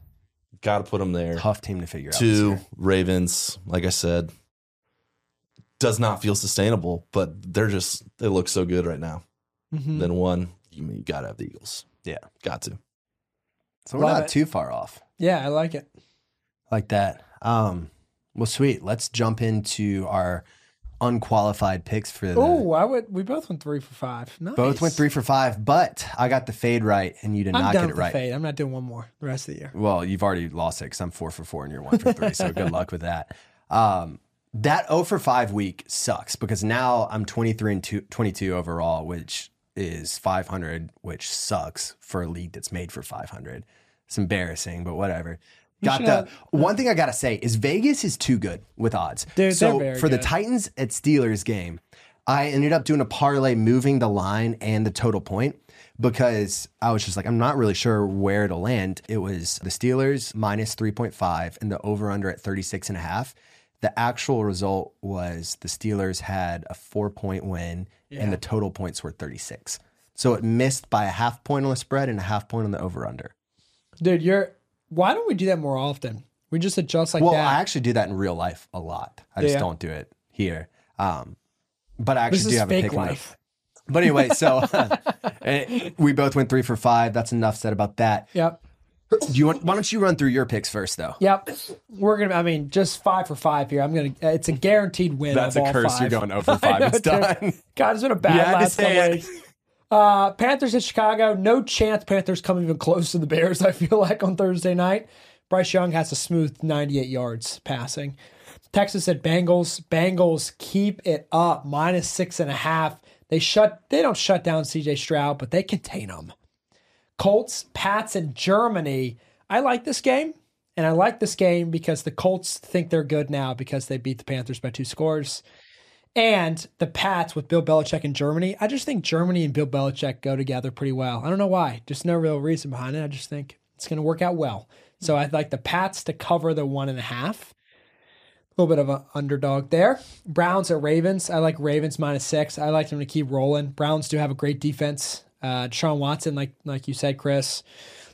C: got to put him
B: a
C: there.
B: tough team to figure out. this
C: Two,
B: year.
C: Ravens, like I said, does not feel sustainable, but they're just, they look so good right now.
A: Mm-hmm.
C: Then one, you, you got to have the Eagles.
B: Yeah.
C: Got to.
B: So we're
A: Love
B: not
A: it.
B: too far off
A: Yeah, I like it.
B: like that. Um, well, sweet. Let's jump into our unqualified picks for the.
A: Oh, I would. We both went three for five. Nice.
B: Both went three for five, but I got the fade right, and you did
A: I'm
B: not
A: done
B: get it
A: with the
B: right.
A: fade. I'm not doing one more the rest of the year.
B: Well, you've already lost it because I'm four for four and you're one for three. so good luck with that. [laughs] Um, that 0 for 5 week sucks because now I'm 23 and two, 22 overall, which is 500, which sucks for a league that's made for 500. It's embarrassing, but whatever. Got
A: should
B: the
A: have-
B: one thing I gotta say is Vegas is too good with odds.
A: Dude,
B: so
A: they're very
B: for the
A: good.
B: Titans at Steelers game, I ended up doing a parlay, moving the line and the total point because I was just like, I'm not really sure where it'll land. It was the Steelers minus 3.5 and the over under at 36 and a half. The actual result was the Steelers had a four point win and the total points were 36. So it missed by a half point on the spread and a half point on the over under.
A: Dude, you're. Why don't we do that more often? We just adjust like
B: Well,
A: that.
B: I actually do that in real life a lot. I just
A: Yeah.
B: don't do it here. Um, but I
A: This is
B: actually do have a
A: fake
B: pick life.
A: life.
B: But
A: [laughs]
B: anyway, so [laughs] eh, we both went three for five. That's enough said about that.
A: Yep.
B: Do you want? Why don't you run through your picks first, though?
A: Yep. We're gonna. I mean, just five for five here. I'm gonna. It's a guaranteed win. of all five.
B: over
A: [laughs] I know, dude. God, it's been a bad
B: You had to
A: last
B: say
A: couple
B: it.
A: weeks. Uh, Panthers at Chicago. No chance Panthers come even close to the Bears, I feel like, on Thursday night. Bryce Young has a smooth 98 yards passing. Texas at Bengals. Bengals keep it up, minus six and a half. They shut. They don't shut down CJ Stroud, but they contain him. Colts, Pats, and Germany. I like this game, and I like this game because the Colts think they're good now because they beat the Panthers by two scores and the Pats with Bill Belichick in Germany. I just think Germany and Bill Belichick go together pretty well. I don't know why. Just no real reason behind it. I just think it's going to work out well. So I'd like the Pats to cover the one and a half. A little bit of an underdog there. Browns at Ravens. I like Ravens minus six. I like them to keep rolling. Browns do have a great defense. Uh, Deshaun Watson, like like you said, Chris,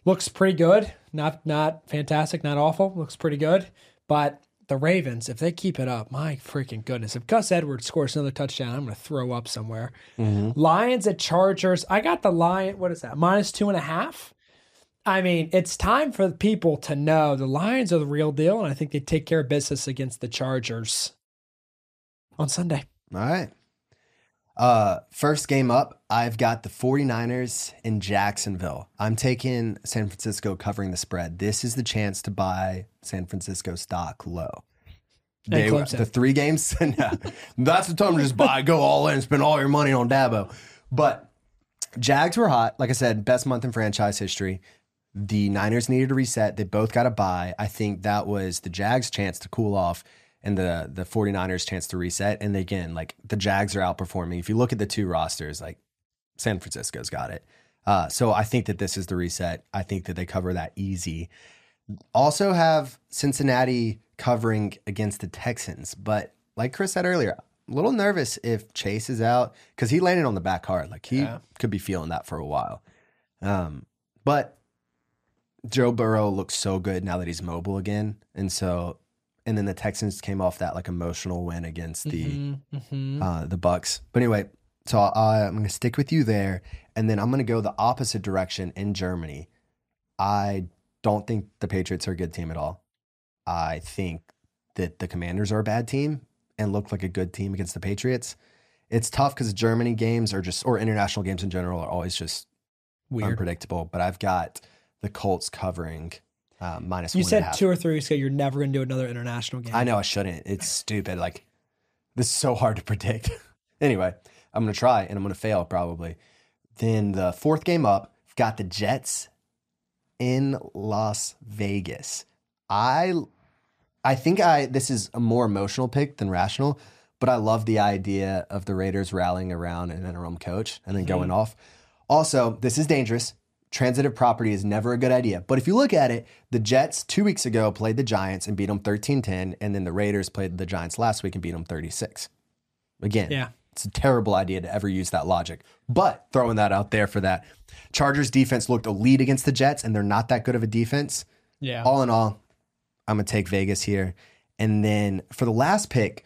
A: looks pretty good. Not not fantastic, not awful. Looks pretty good. But the Ravens, if they keep it up, my freaking goodness. If Gus Edwards scores another touchdown, I'm gonna throw up somewhere.
B: Mm-hmm.
A: Lions at Chargers. I got the Lion. What is that? Minus two and a half. I mean, it's time for the people to know the Lions are the real deal, and I think they take care of business against the Chargers on Sunday.
B: All right. Uh, first game up, I've got the 49ers in Jacksonville. I'm taking San Francisco covering the spread. This is the chance to buy San Francisco stock low.
A: And
B: They,
A: Clemson.
B: the three games, [laughs] no, that's the time to just buy, go all in, spend all your money on Dabo. But Jags were hot. Like I said, best month in franchise history. The Niners needed a reset. They both got a buy. I think that was the Jags' chance to cool off and the the 49ers' chance to reset. And again, like the Jags are outperforming. If you look at the two rosters, like San Francisco's got it. Uh, so I think that this is the reset. I think that they cover that easy. Also have Cincinnati covering against the Texans, but like Chris said earlier, a little nervous if Chase is out because he landed on the back hard. Like he could be feeling that for a while. Um, but Joe Burrow looks so good now that he's mobile again, and so and then the Texans came off that like emotional win against the
A: Mhm.
B: uh, the Bucks. But anyway, so I, I'm going to stick with you there, and then I'm going to go the opposite direction in Germany. I don't think the Patriots are a good team at all. I think that the Commanders are a bad team and look like a good team against the Patriots. It's tough because Germany games are just, or international games in general, are always just
A: Weird.
B: unpredictable. But I've got the Colts covering uh, minus
A: You
B: one and a
A: said
B: half.
A: two or three weeks ago you're never going to do another international game.
B: I know I shouldn't. It's stupid. Like this is so hard to predict. [laughs] anyway, I'm gonna try and I'm gonna fail probably. Then the fourth game up, I've got the Jets in Las Vegas. I I think I this is a more emotional pick than rational, but I love the idea of the Raiders rallying around an interim coach and then going off. Also, this is dangerous. Transitive property is never a good idea. But if you look at it, the Jets two weeks ago played the Giants and beat them 13 10, and then the Raiders played the Giants last week and beat them 36. Again,
A: Yeah.
B: it's a terrible idea to ever use that logic. But throwing that out there for that, Chargers defense looked elite against the Jets, and they're not that good of a defense
A: Yeah.
B: all in all, I'm gonna take Vegas here. And then for the last pick,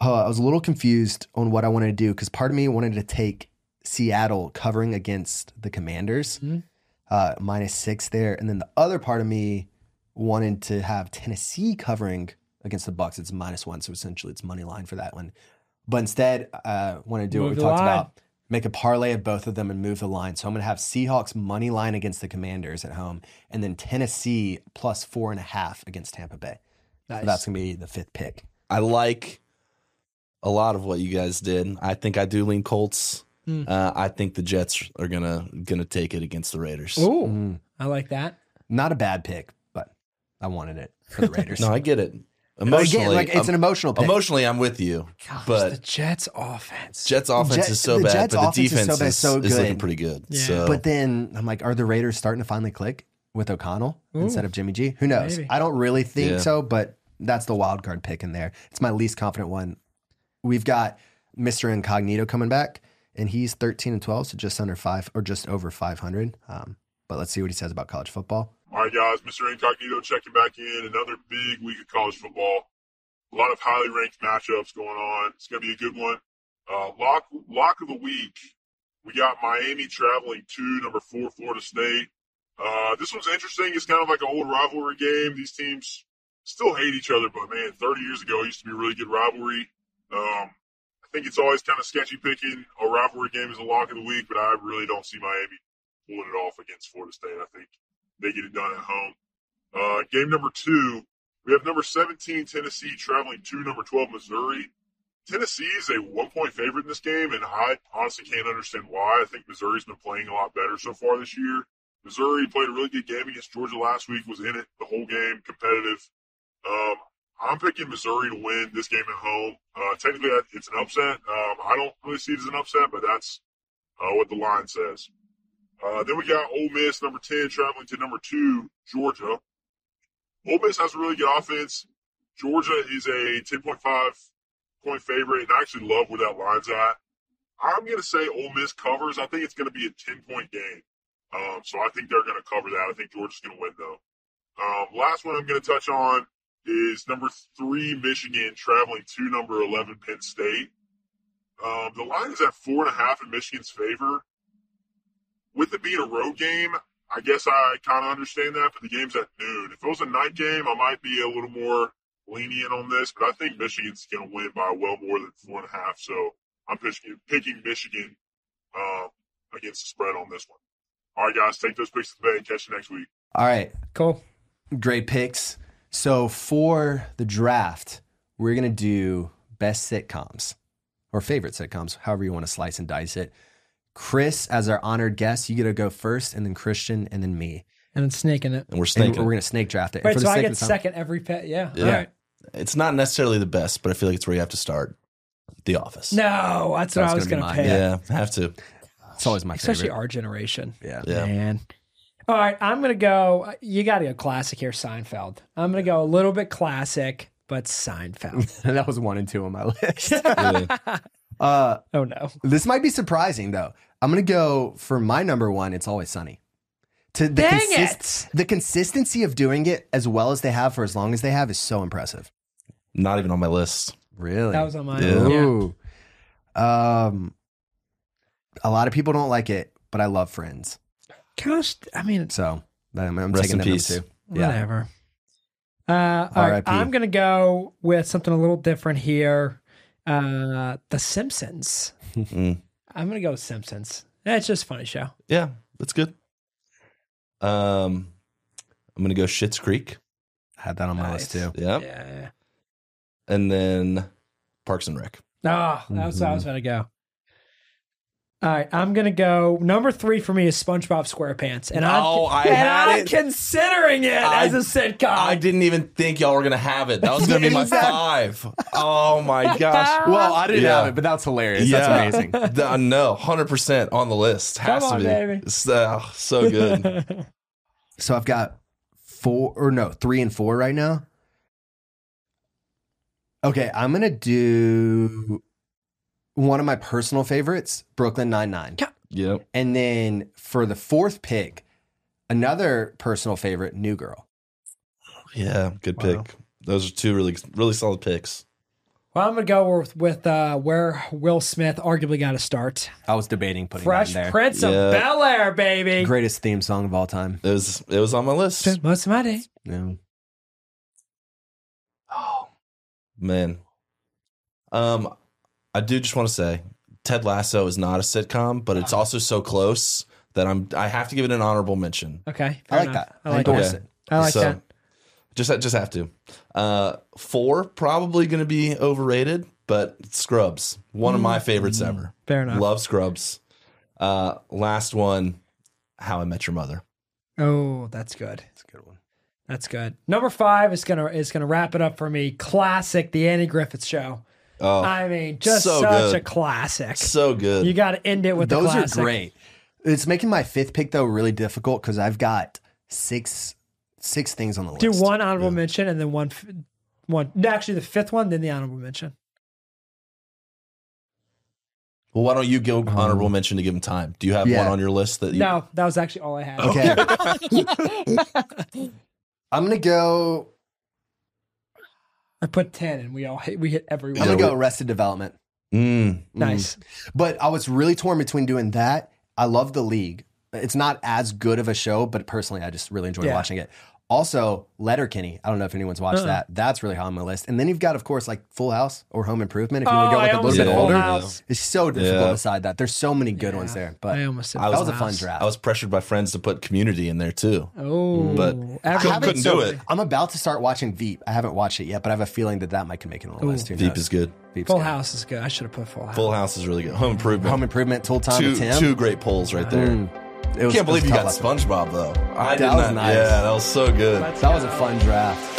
B: uh, I was a little confused on what I wanted to do because part of me wanted to take Seattle covering against the Commanders, uh, minus six there, and then the other part of me wanted to have Tennessee covering against the Bucks. It's minus one, so essentially it's money line for that one. But instead, uh, want to do what
A: Move
B: we
A: the
B: talked
A: line.
B: about: make a parlay of both of them and move the line. So I'm going to have Seahawks money line against the Commanders at home, and then Tennessee plus four and a half against Tampa Bay. So that's going to be the fifth pick.
C: I like a lot of what you guys did. I think I do lean Colts.
B: Hmm.
C: Uh, I think the Jets are gonna gonna take it against the Raiders.
A: Ooh,
B: Mm.
A: I like that.
B: Not a bad pick, but I wanted it for the Raiders.
C: [laughs] No, I get it. Emotionally, um,
B: Again, like it's an
C: I'm-
B: emotional pick.
C: emotionally, I'm with you,
A: the
C: but
A: Jets offense.
C: Jets offense
B: Jet-
C: is so
B: the
C: bad,
B: Jets
C: but the
B: offense is so
C: defense is,
B: bad,
C: is,
B: so
C: looking
B: good.
C: pretty good.
A: Yeah.
C: So
B: But then I'm like, are the Raiders starting to finally click with O'Connell instead of Jimmy G? Who knows?
A: Maybe.
B: I don't really think
C: Yeah.
B: so, but that's the wild card pick in there. It's my least confident one. We've got Mr. Incognito coming back, and he's 13 and 12, so just under five or just over 500. Um, but let's see what he says about college football.
F: All right, guys, Mr. Incognito checking back in. Another big week of college football. A lot of highly ranked matchups going on. It's going to be a good one. Uh, lock, lock of the week. We got Miami traveling to number four, Florida State. Uh, this one's interesting. It's kind of like an old rivalry game. These teams still hate each other, but man, 30 years ago, it used to be a really good rivalry. Um, I think it's always kind of sketchy picking a rivalry game as a lock of the week, but I really don't see Miami pulling it off against Florida State. I think they get it done at home. Uh, game number two, we have number 17 Tennessee traveling to number 12 Missouri. Tennessee is a one point favorite in this game, and I honestly can't understand why. I think Missouri's been playing a lot better so far this year. Missouri played a really good game against Georgia last week, was in it the whole game, competitive. Um, I'm picking Missouri to win this game at home. Uh, technically, that- it's an upset. Um, I don't really see it as an upset, but that's uh, what the line says. Uh, then we got Ole Miss, number 10, traveling to number 2, Georgia. Ole Miss has a really good offense. Georgia is a 10.5 point favorite, and I actually love where that line's at. I'm going to say Ole Miss covers. I think it's going to be a 10 point game. Um, so I think they're going to cover that. I think Georgia's going to win, though. Um, last one I'm going to touch on is number 3, Michigan, traveling to number 11, Penn State. Um, the line is at 4.5 in Michigan's favor with it being a road game, I guess I kind of understand that, but the game's at noon. If it was a night game, I might be a little more lenient on this, but I think Michigan's going to win by well more than four and a half. So I'm picking, picking Michigan um, against the spread on this one. All right, guys, take those picks to the bay and catch you next week.
B: All right.
A: Cool.
B: Great picks. So for the draft, we're gonna do best sitcoms or favorite sitcoms, however you want to slice and dice it. Chris, as our honored guest, you get to go first, and then Christian, and then me.
A: And then snaking it.
C: and we're
B: And
C: thinking
B: we're gonna snake draft it. And
A: Right,
B: for
A: so
B: the
A: I
B: sake
A: get
B: of time-
A: second every pet. Yeah.
C: Yeah.
A: All right.
C: it's not necessarily the best, but I feel like it's where you have to start. The Office.
A: No, that's what
B: That's
A: I was
B: gonna
A: going
B: be
A: to
B: mine.
A: pick.
C: Yeah, have to.
B: It's always my
A: Especially
B: favorite.
A: our generation.
B: yeah.
C: Yeah.
A: Man. All right, I'm going to go. You got to go classic here, Seinfeld. I'm going to go a little bit classic, but
B: [laughs]
A: Seinfeld.
B: [laughs] that was one and two on my [laughs] list.
C: Really.
B: [laughs] uh,
A: oh, no.
B: this might be surprising though. I'm gonna go for my number one. It's always sunny. To the,
A: Dang
B: consist- the consistency of doing it as well as they have for as long as they have is so impressive.
C: Not even on
B: [laughs]
C: my list.
B: Really?
A: That was on mine. Yeah.
C: Yeah.
B: Ooh. Um, a lot of people don't like it, but I love Friends.
A: Gosh, I mean,
B: So I'm, I'm
C: Rest
B: taking
C: in
B: that number
C: peace.
B: two. Yeah.
A: whatever. Uh, all right,
B: R.I.P..
A: I'm going to go with something a little different here. Uh, the Simpsons.
C: Mm.
A: I'm going to go with Simpsons. It's just a funny show.
C: Yeah, that's good. Um, I'm gonna go Shit's Creek.
B: I had that on my list
A: Nice.
B: too.
C: Yeah,
A: Yeah.
C: and then Parks and Rec.
A: Oh, that's what I was
B: Mm-hmm.
A: going to go. All right, I'm going to go. Number three for me is SpongeBob SquarePants. And
C: No,
A: I'm,
C: Oh, I
A: and
C: had
A: I'm
C: it.
A: considering it
C: I-
A: as a sitcom.
C: I didn't even think y'all were gonna have it. That was gonna be
A: [laughs]
C: my five. Oh my gosh.
B: Well, I didn't
C: Yeah.
B: have it, but that's hilarious.
C: Yeah.
B: That's
C: [laughs]
B: amazing.
C: The- no, hundred percent on the list. Has
A: Come on,
C: to be.
A: baby.
C: It's, uh,
A: [laughs]
C: so good.
B: So I've got four or no, three and four right now. Okay, I'm gonna do one of my personal favorites, Brooklyn Nine Nine.
C: yep.
B: And then for the fourth pick, another personal favorite, New Girl.
C: Yeah. Good
B: Wow.
C: pick. Those are two really, really solid picks.
A: well, I'm going to go with, with uh, where Will Smith arguably got to start.
B: I was debating putting
A: Fresh
B: that in there.
A: Prince of
C: Yeah.
A: Bel Air, baby.
B: Greatest theme song of all time.
C: It was, it was on my list.
A: Spent most of my day.
B: No.
C: Oh man. Um, I do just want to say Ted Lasso is not a sitcom, but it's
A: Ah.
C: also so close that I'm I have to give it an honorable mention.
A: Okay.
B: I
A: fair
B: like
A: enough.
B: that.
A: I like that.
B: endorse
C: that.
B: it.
A: I like
C: so
A: that.
C: just I just have to. Uh, four probably going to be overrated, but Scrubs, one of my favorites ever.
A: Mm, Fair enough.
C: Love Scrubs. Uh, last one, How I Met Your Mother.
A: Oh, that's good.
B: That's a good one.
A: That's good. Number five is gonna is gonna wrap it up for me. Classic, the Andy Griffith Show.
C: Oh,
A: I mean, just
C: so
A: such
C: good.
A: a classic.
C: so good.
A: you got to end it with the
B: Those
A: classic.
B: are great. It's making my fifth pick though really difficult because I've got six six things on the
A: Do [laughs]
B: list.
A: one honorable mention and then one, f- one. No, actually, the fifth one, then the honorable mention.
C: well, why don't you go honorable mention to give him time? Do you have
B: Yeah.
C: one on your list that you?
A: Uh-huh. No, that was actually all I had. [laughs]
B: Okay. I'm gonna go.
A: I put ten, and we all hit, we hit everyone.
B: I'm
C: Yeah,
B: gonna go
C: we-
B: Arrested Development.
C: Mm,
A: Nice.
B: But I was really torn between doing that. I love the league. It's not as good of a show, but personally, I just really enjoy
A: Yeah.
B: watching it. Also, Letterkenny. I don't know if anyone's watched
A: Uh-uh.
B: that. That's really high on my list. And then you've got, of course, like Full House or Home Improvement. If you
A: oh,
B: want to go
A: I
B: like a
A: almost said
B: little bit
A: Full
B: older,
A: House.
B: it's so difficult
C: Yeah.
B: to decide that. There's so many good ones
A: Yeah.
B: there. But
A: I
B: that
A: almost said
C: I
A: Full
B: was a fun
A: House.
B: draft.
C: I was pressured by friends to put community in there too.
A: Oh,
C: But
B: I
A: everyone-
B: haven't-
C: couldn't do it.
B: I'm about to start watching Veep. I haven't watched it yet, but I have a feeling that that might can make it on the
A: Ooh.
B: list. Who
C: Deep
B: knows?
C: is good.
B: Veep's
A: Full
B: good.
A: House is good. I should have put Full House.
C: Full House is really good. Home Improvement.
B: Home Improvement, Tool Time
C: two
B: with Tim.
C: two great polls right there.
B: Mm. It was-
C: Can't
B: it was
C: believe you
B: tough
C: got
B: last week.
C: SpongeBob though. I
B: That was nice.
C: Yeah, that was so good.
B: That was a fun draft.